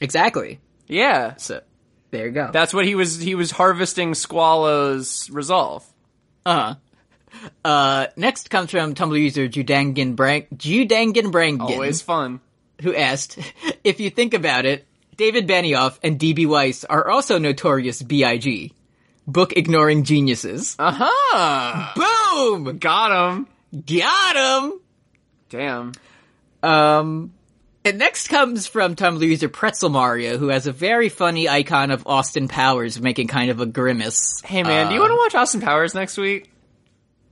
Speaker 2: Exactly.
Speaker 3: Yeah,
Speaker 2: So there you go.
Speaker 3: that's what he was. He was harvesting Squallow's resolve.
Speaker 2: Uh, next comes from Tumblr user Judangin Brang Judangin Brangin,
Speaker 3: Always fun.
Speaker 2: who asked, "If you think about it, David Benioff and DB Weiss are also notorious BIG, book ignoring geniuses."
Speaker 3: Uh
Speaker 2: Uh-huh.
Speaker 3: huh.
Speaker 2: Boom!
Speaker 3: Got him.
Speaker 2: Got him.
Speaker 3: Damn.
Speaker 2: Um, and next comes from Tumblr user Pretzel Mario, who has a very funny icon of Austin Powers making kind of a grimace.
Speaker 3: Hey man,
Speaker 2: Uh,
Speaker 3: do you want to watch Austin Powers next week?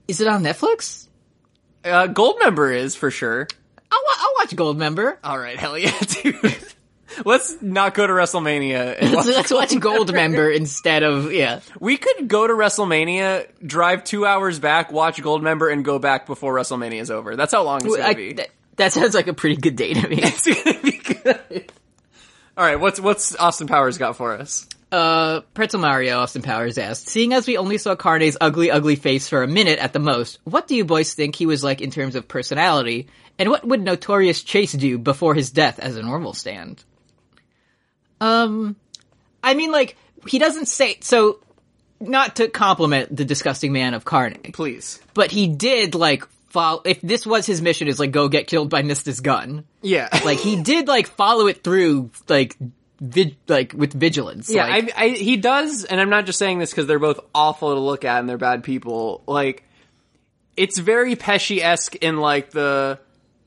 Speaker 2: Is it on Netflix?
Speaker 3: Uh, Gold member is for sure.
Speaker 2: I'll, wa- I'll watch Goldmember.
Speaker 3: All right, hell yeah, <laughs> dude. Let's not go to WrestleMania. <laughs> And
Speaker 2: <laughs>
Speaker 3: watch-
Speaker 2: Let's watch Goldmember instead of yeah.
Speaker 3: we could go to WrestleMania, drive two hours back, watch Goldmember, and go back before WrestleMania is over. That's how long it's gonna
Speaker 2: I-
Speaker 3: be.
Speaker 2: that, that sounds like a pretty good day to me.
Speaker 3: <laughs> it's gonna be good. All right, what's what's Austin Powers got for us?
Speaker 2: <laughs> Uh, Pretzel Mario Austin Powers asked, seeing as we only saw Carne's ugly, ugly face for a minute at the most, what do you boys think he was like in terms of personality, and what would Notorious Chase do before his death as a normal stand? Um, I mean, like, he doesn't say, so, not to compliment the disgusting man of Carne,
Speaker 3: Please.
Speaker 2: but he did, like, follow, if this was his mission, is like, go get killed by Mista's gun.
Speaker 3: Yeah.
Speaker 2: like he did like follow it through like vi- like with vigilance
Speaker 3: yeah,
Speaker 2: like,
Speaker 3: I, I, he does, and I'm not just saying this because they're both awful to look at and they're bad people. Like, it's very Pesci esque in like the,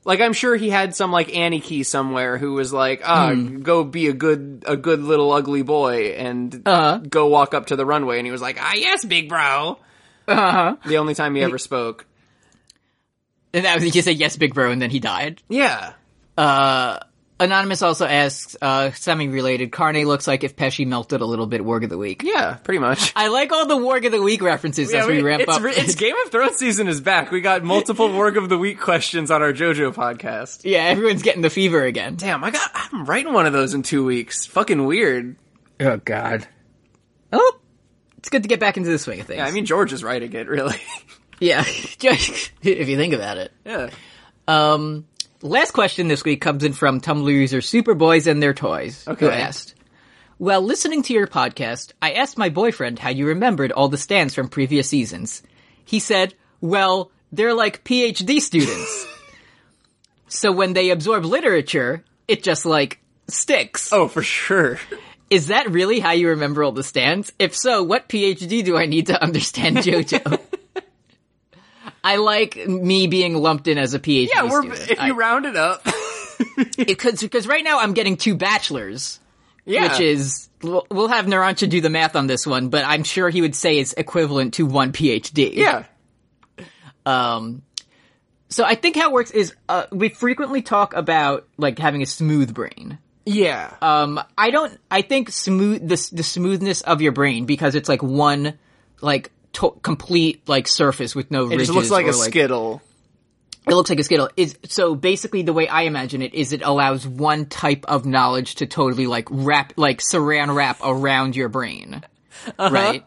Speaker 3: like I'm sure he had some like Annie Key somewhere who was like, ah,
Speaker 2: Hmm.
Speaker 3: go be a good, a good little ugly boy and
Speaker 2: Uh-huh.
Speaker 3: go walk up to the runway, and he was like, ah, yes, big bro.
Speaker 2: Uh-huh.
Speaker 3: Uh huh. The only time he ever spoke.
Speaker 2: and that was he just said yes big bro and then he died
Speaker 3: Yeah.
Speaker 2: anonymous also asks uh semi related carne looks like if pesci melted a little bit warg of the week
Speaker 3: Yeah. Pretty much.
Speaker 2: i like all the warg of the week references <laughs> as we, ramp
Speaker 3: it's,
Speaker 2: up
Speaker 3: re- it's Game of Thrones season is back. We got multiple work of the week questions on our JoJo podcast.
Speaker 2: <laughs> yeah everyone's getting the fever again
Speaker 3: Damn, I got. I'm writing one of those in two weeks. Fucking weird.
Speaker 2: oh god oh it's good to get back into the swing of things
Speaker 3: Yeah, I mean George is writing it, really. <laughs>
Speaker 2: yeah <laughs> if you think about it
Speaker 3: yeah.
Speaker 2: Um, last question this week comes in from Tumblr user Superboys and Their Toys, who
Speaker 3: Okay.
Speaker 2: asked, "While listening to your podcast, I asked my boyfriend how you remembered all the stands from previous seasons. He said, "Well, they're like PhD
Speaker 3: <laughs>
Speaker 2: students, so when they absorb literature, it just like." Sticks.
Speaker 3: Oh, for sure.
Speaker 2: Is that really how you remember all the stands? If so, what PhD do I need to <laughs> understand
Speaker 3: <laughs>
Speaker 2: JoJo? I like me being lumped in as a PhD.
Speaker 3: Yeah, we're
Speaker 2: student.
Speaker 3: if
Speaker 2: I-
Speaker 3: you round
Speaker 2: <laughs>
Speaker 3: it up.
Speaker 2: because because right now I'm getting two bachelors,
Speaker 3: yeah.
Speaker 2: which is we'll, we'll have Narancha do the math on this one, but I'm sure he would say it's equivalent to one PhD.
Speaker 3: yeah.
Speaker 2: Um. So I think how it works is uh, we frequently talk about like having a smooth brain.
Speaker 3: Yeah.
Speaker 2: Um. I don't. I think smooth the s- the smoothness of your brain because it's like one like. To- complete like surface with no
Speaker 3: it
Speaker 2: ridges
Speaker 3: just looks like
Speaker 2: or,
Speaker 3: a skittle.
Speaker 2: it looks like a skittle is so basically the way i imagine it is it allows one type of knowledge to totally like wrap like saran wrap around your brain right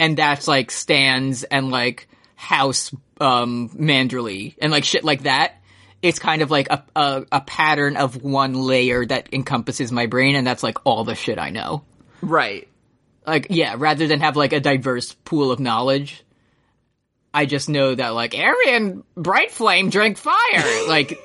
Speaker 2: and that's like stands and like house um manderly and like shit like that it's kind of like a, a a pattern of one layer that encompasses my brain and that's like all the shit i know
Speaker 3: Right.
Speaker 2: like yeah rather than have like a diverse pool of knowledge
Speaker 3: <laughs>
Speaker 2: i just know that like arian bright flame drank fire like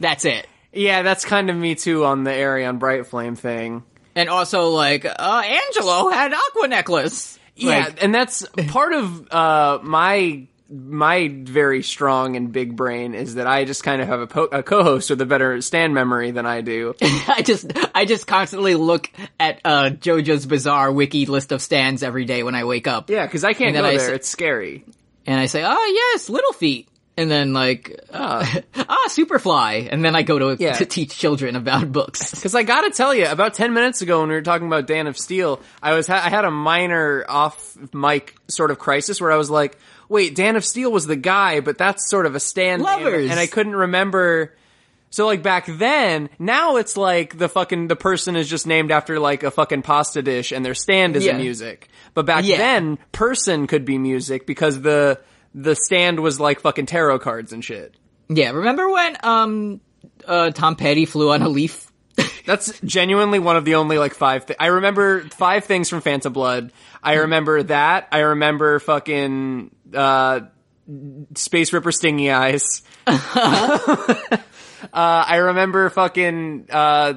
Speaker 2: that's it
Speaker 3: Yeah, that's kind of me too on the Airy on Bright Flame thing.
Speaker 2: And also, like, uh, Angelo had Aqua Necklace.
Speaker 3: Yeah,
Speaker 2: Like, <laughs>
Speaker 3: and that's part of uh, my my very strong and big brain is that I just kind of have a, po- a co-host with a better stand memory than
Speaker 2: <laughs>
Speaker 3: I do.
Speaker 2: I just, I just constantly look at, uh, JoJo's Bizarre wiki list of stands every day when I wake up.
Speaker 3: Yeah, because I
Speaker 2: And
Speaker 3: can't
Speaker 2: then
Speaker 3: go
Speaker 2: I
Speaker 3: there;
Speaker 2: s-
Speaker 3: it's scary.
Speaker 2: And I say, oh yes, Little Feet. And then like,
Speaker 3: <laughs>
Speaker 2: uh, ah, Superfly. And then I go to, <laughs>
Speaker 3: Yeah.
Speaker 2: to teach children about books.
Speaker 3: Because I gotta tell you, about ten minutes ago when we were talking about Dan of Steel, I was ha- I had a minor off mic sort of crisis where I was like, "Wait, Dan of Steel was the guy, but that's sort of a stand name,"
Speaker 2: Lovers.
Speaker 3: and I couldn't remember. So like back then, now it's like the fucking the person is just named after like a fucking pasta dish, and their stand is a
Speaker 2: Yeah.
Speaker 3: music. But back
Speaker 2: Yeah.
Speaker 3: then, person could be music because the the stand was like fucking tarot cards and shit.
Speaker 2: Yeah, remember when, um, uh, Tom Petty flew on a leaf?
Speaker 3: That's genuinely one of the only like five. Th- I remember five things from Fanta Blood. I remember that. I remember fucking uh, Space Ripper Stingy Eyes. <laughs> uh, I remember fucking uh,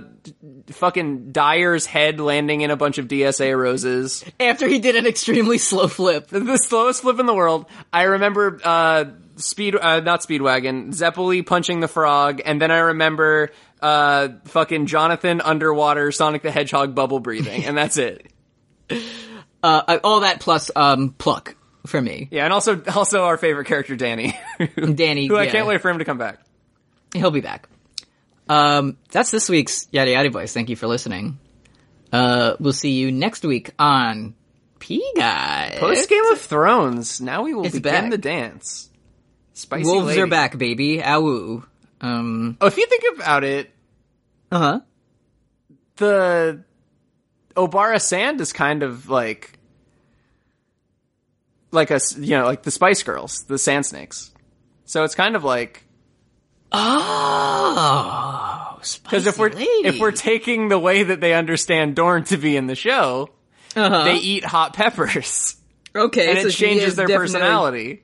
Speaker 3: fucking Dyer's head landing in a bunch of DSA roses.
Speaker 2: After he did an extremely slow flip.
Speaker 3: The slowest flip in the world. I remember uh, speed, uh, not Speedwagon, Zeppeli punching the frog, and then I remember uh, fucking Jonathan underwater Sonic the Hedgehog bubble breathing, and that's it.
Speaker 2: Uh, I- all that plus, um, pluck for me.
Speaker 3: Yeah, and also also our favorite character Danny, <laughs> who
Speaker 2: Danny,
Speaker 3: I
Speaker 2: yeah,
Speaker 3: can't wait for him to come back.
Speaker 2: He'll be back. Um, that's this week's Yada Yada Boys. Thank you for listening. Uh, we'll see you next week on P Guys.
Speaker 3: Post Game of Thrones. Now we will
Speaker 2: It's
Speaker 3: begin
Speaker 2: back.
Speaker 3: the dance. Spicy
Speaker 2: Wolves
Speaker 3: lady.
Speaker 2: are back, baby. Awoo. Um,
Speaker 3: Oh, if you think about it,
Speaker 2: uh huh.
Speaker 3: Uh-huh. the Obara Sand is kind of like like a s- you know like the Spice Girls, the Sand Snakes. So it's kind of like
Speaker 2: Oh,
Speaker 3: because if we're
Speaker 2: spicy
Speaker 3: if we're
Speaker 2: lady.
Speaker 3: taking the way that they understand Dorn to be in the show,
Speaker 2: Uh-huh.
Speaker 3: they eat hot peppers <laughs>
Speaker 2: okay,
Speaker 3: and
Speaker 2: so
Speaker 3: it
Speaker 2: she
Speaker 3: changes
Speaker 2: is
Speaker 3: their
Speaker 2: definitely-
Speaker 3: personality.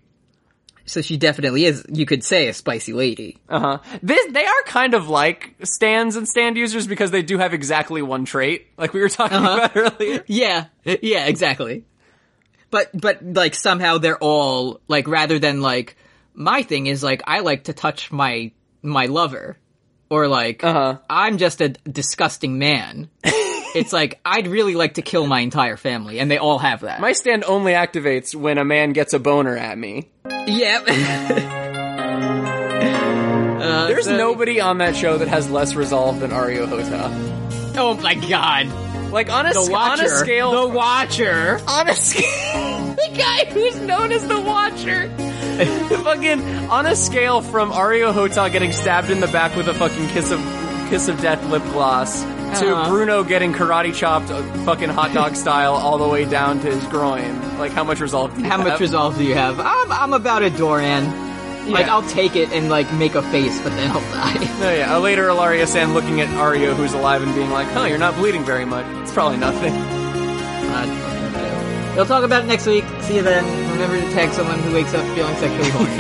Speaker 2: So she definitely is. You could say a spicy lady.
Speaker 3: Uh huh. This they are kind of like stands and stand users because they do have exactly one trait, like we were talking
Speaker 2: Uh-huh.
Speaker 3: about <laughs> earlier.
Speaker 2: Yeah, yeah, exactly. But but like somehow they're all like rather than like my thing is like I like to touch my my lover or like
Speaker 3: Uh-huh.
Speaker 2: I'm just a disgusting
Speaker 3: <laughs>
Speaker 2: man. it's like I'd really like to kill my entire family, and they all have that.
Speaker 3: My stand only activates when a man gets a boner at me. <laughs>
Speaker 2: yep. Uh,
Speaker 3: There's
Speaker 2: so-
Speaker 3: nobody on that show that has less resolve than Ario Hota.
Speaker 2: Oh my god.
Speaker 3: Like on a,
Speaker 2: The
Speaker 3: sc- on
Speaker 2: Watcher.
Speaker 3: a scale,
Speaker 2: The Watcher.
Speaker 3: on a scale, <laughs> the guy who's known as the Watcher. <laughs> fucking on a scale from Ario Hota getting stabbed in the back with a fucking kiss of kiss of death lip gloss to
Speaker 2: Uh-huh.
Speaker 3: Bruno getting karate chopped uh, fucking hot dog style all the way down to his groin. Like how much resolve? Do you
Speaker 2: How much
Speaker 3: have?
Speaker 2: resolve do you have? I'm, I'm about a Doran. Like,
Speaker 3: Yeah.
Speaker 2: I'll take it and, like, make a face, but then I'll <laughs> die.
Speaker 3: No, Oh, yeah. A later Ilaria San looking at Ario who's alive and being like, "Huh, you're not bleeding very much. It's probably nothing." <laughs>
Speaker 2: Uh, we'll talk about it next week. See you then. Remember to tag someone who wakes up feeling sexually horny. <laughs>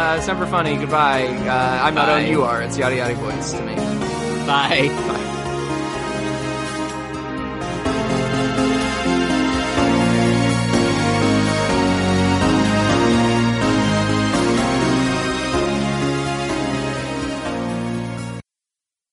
Speaker 3: Uh, Semper Funny, goodbye. Uh, I'm not
Speaker 2: Bye.
Speaker 3: on you are. It's yada yada boys to me.
Speaker 2: Bye.
Speaker 3: Bye.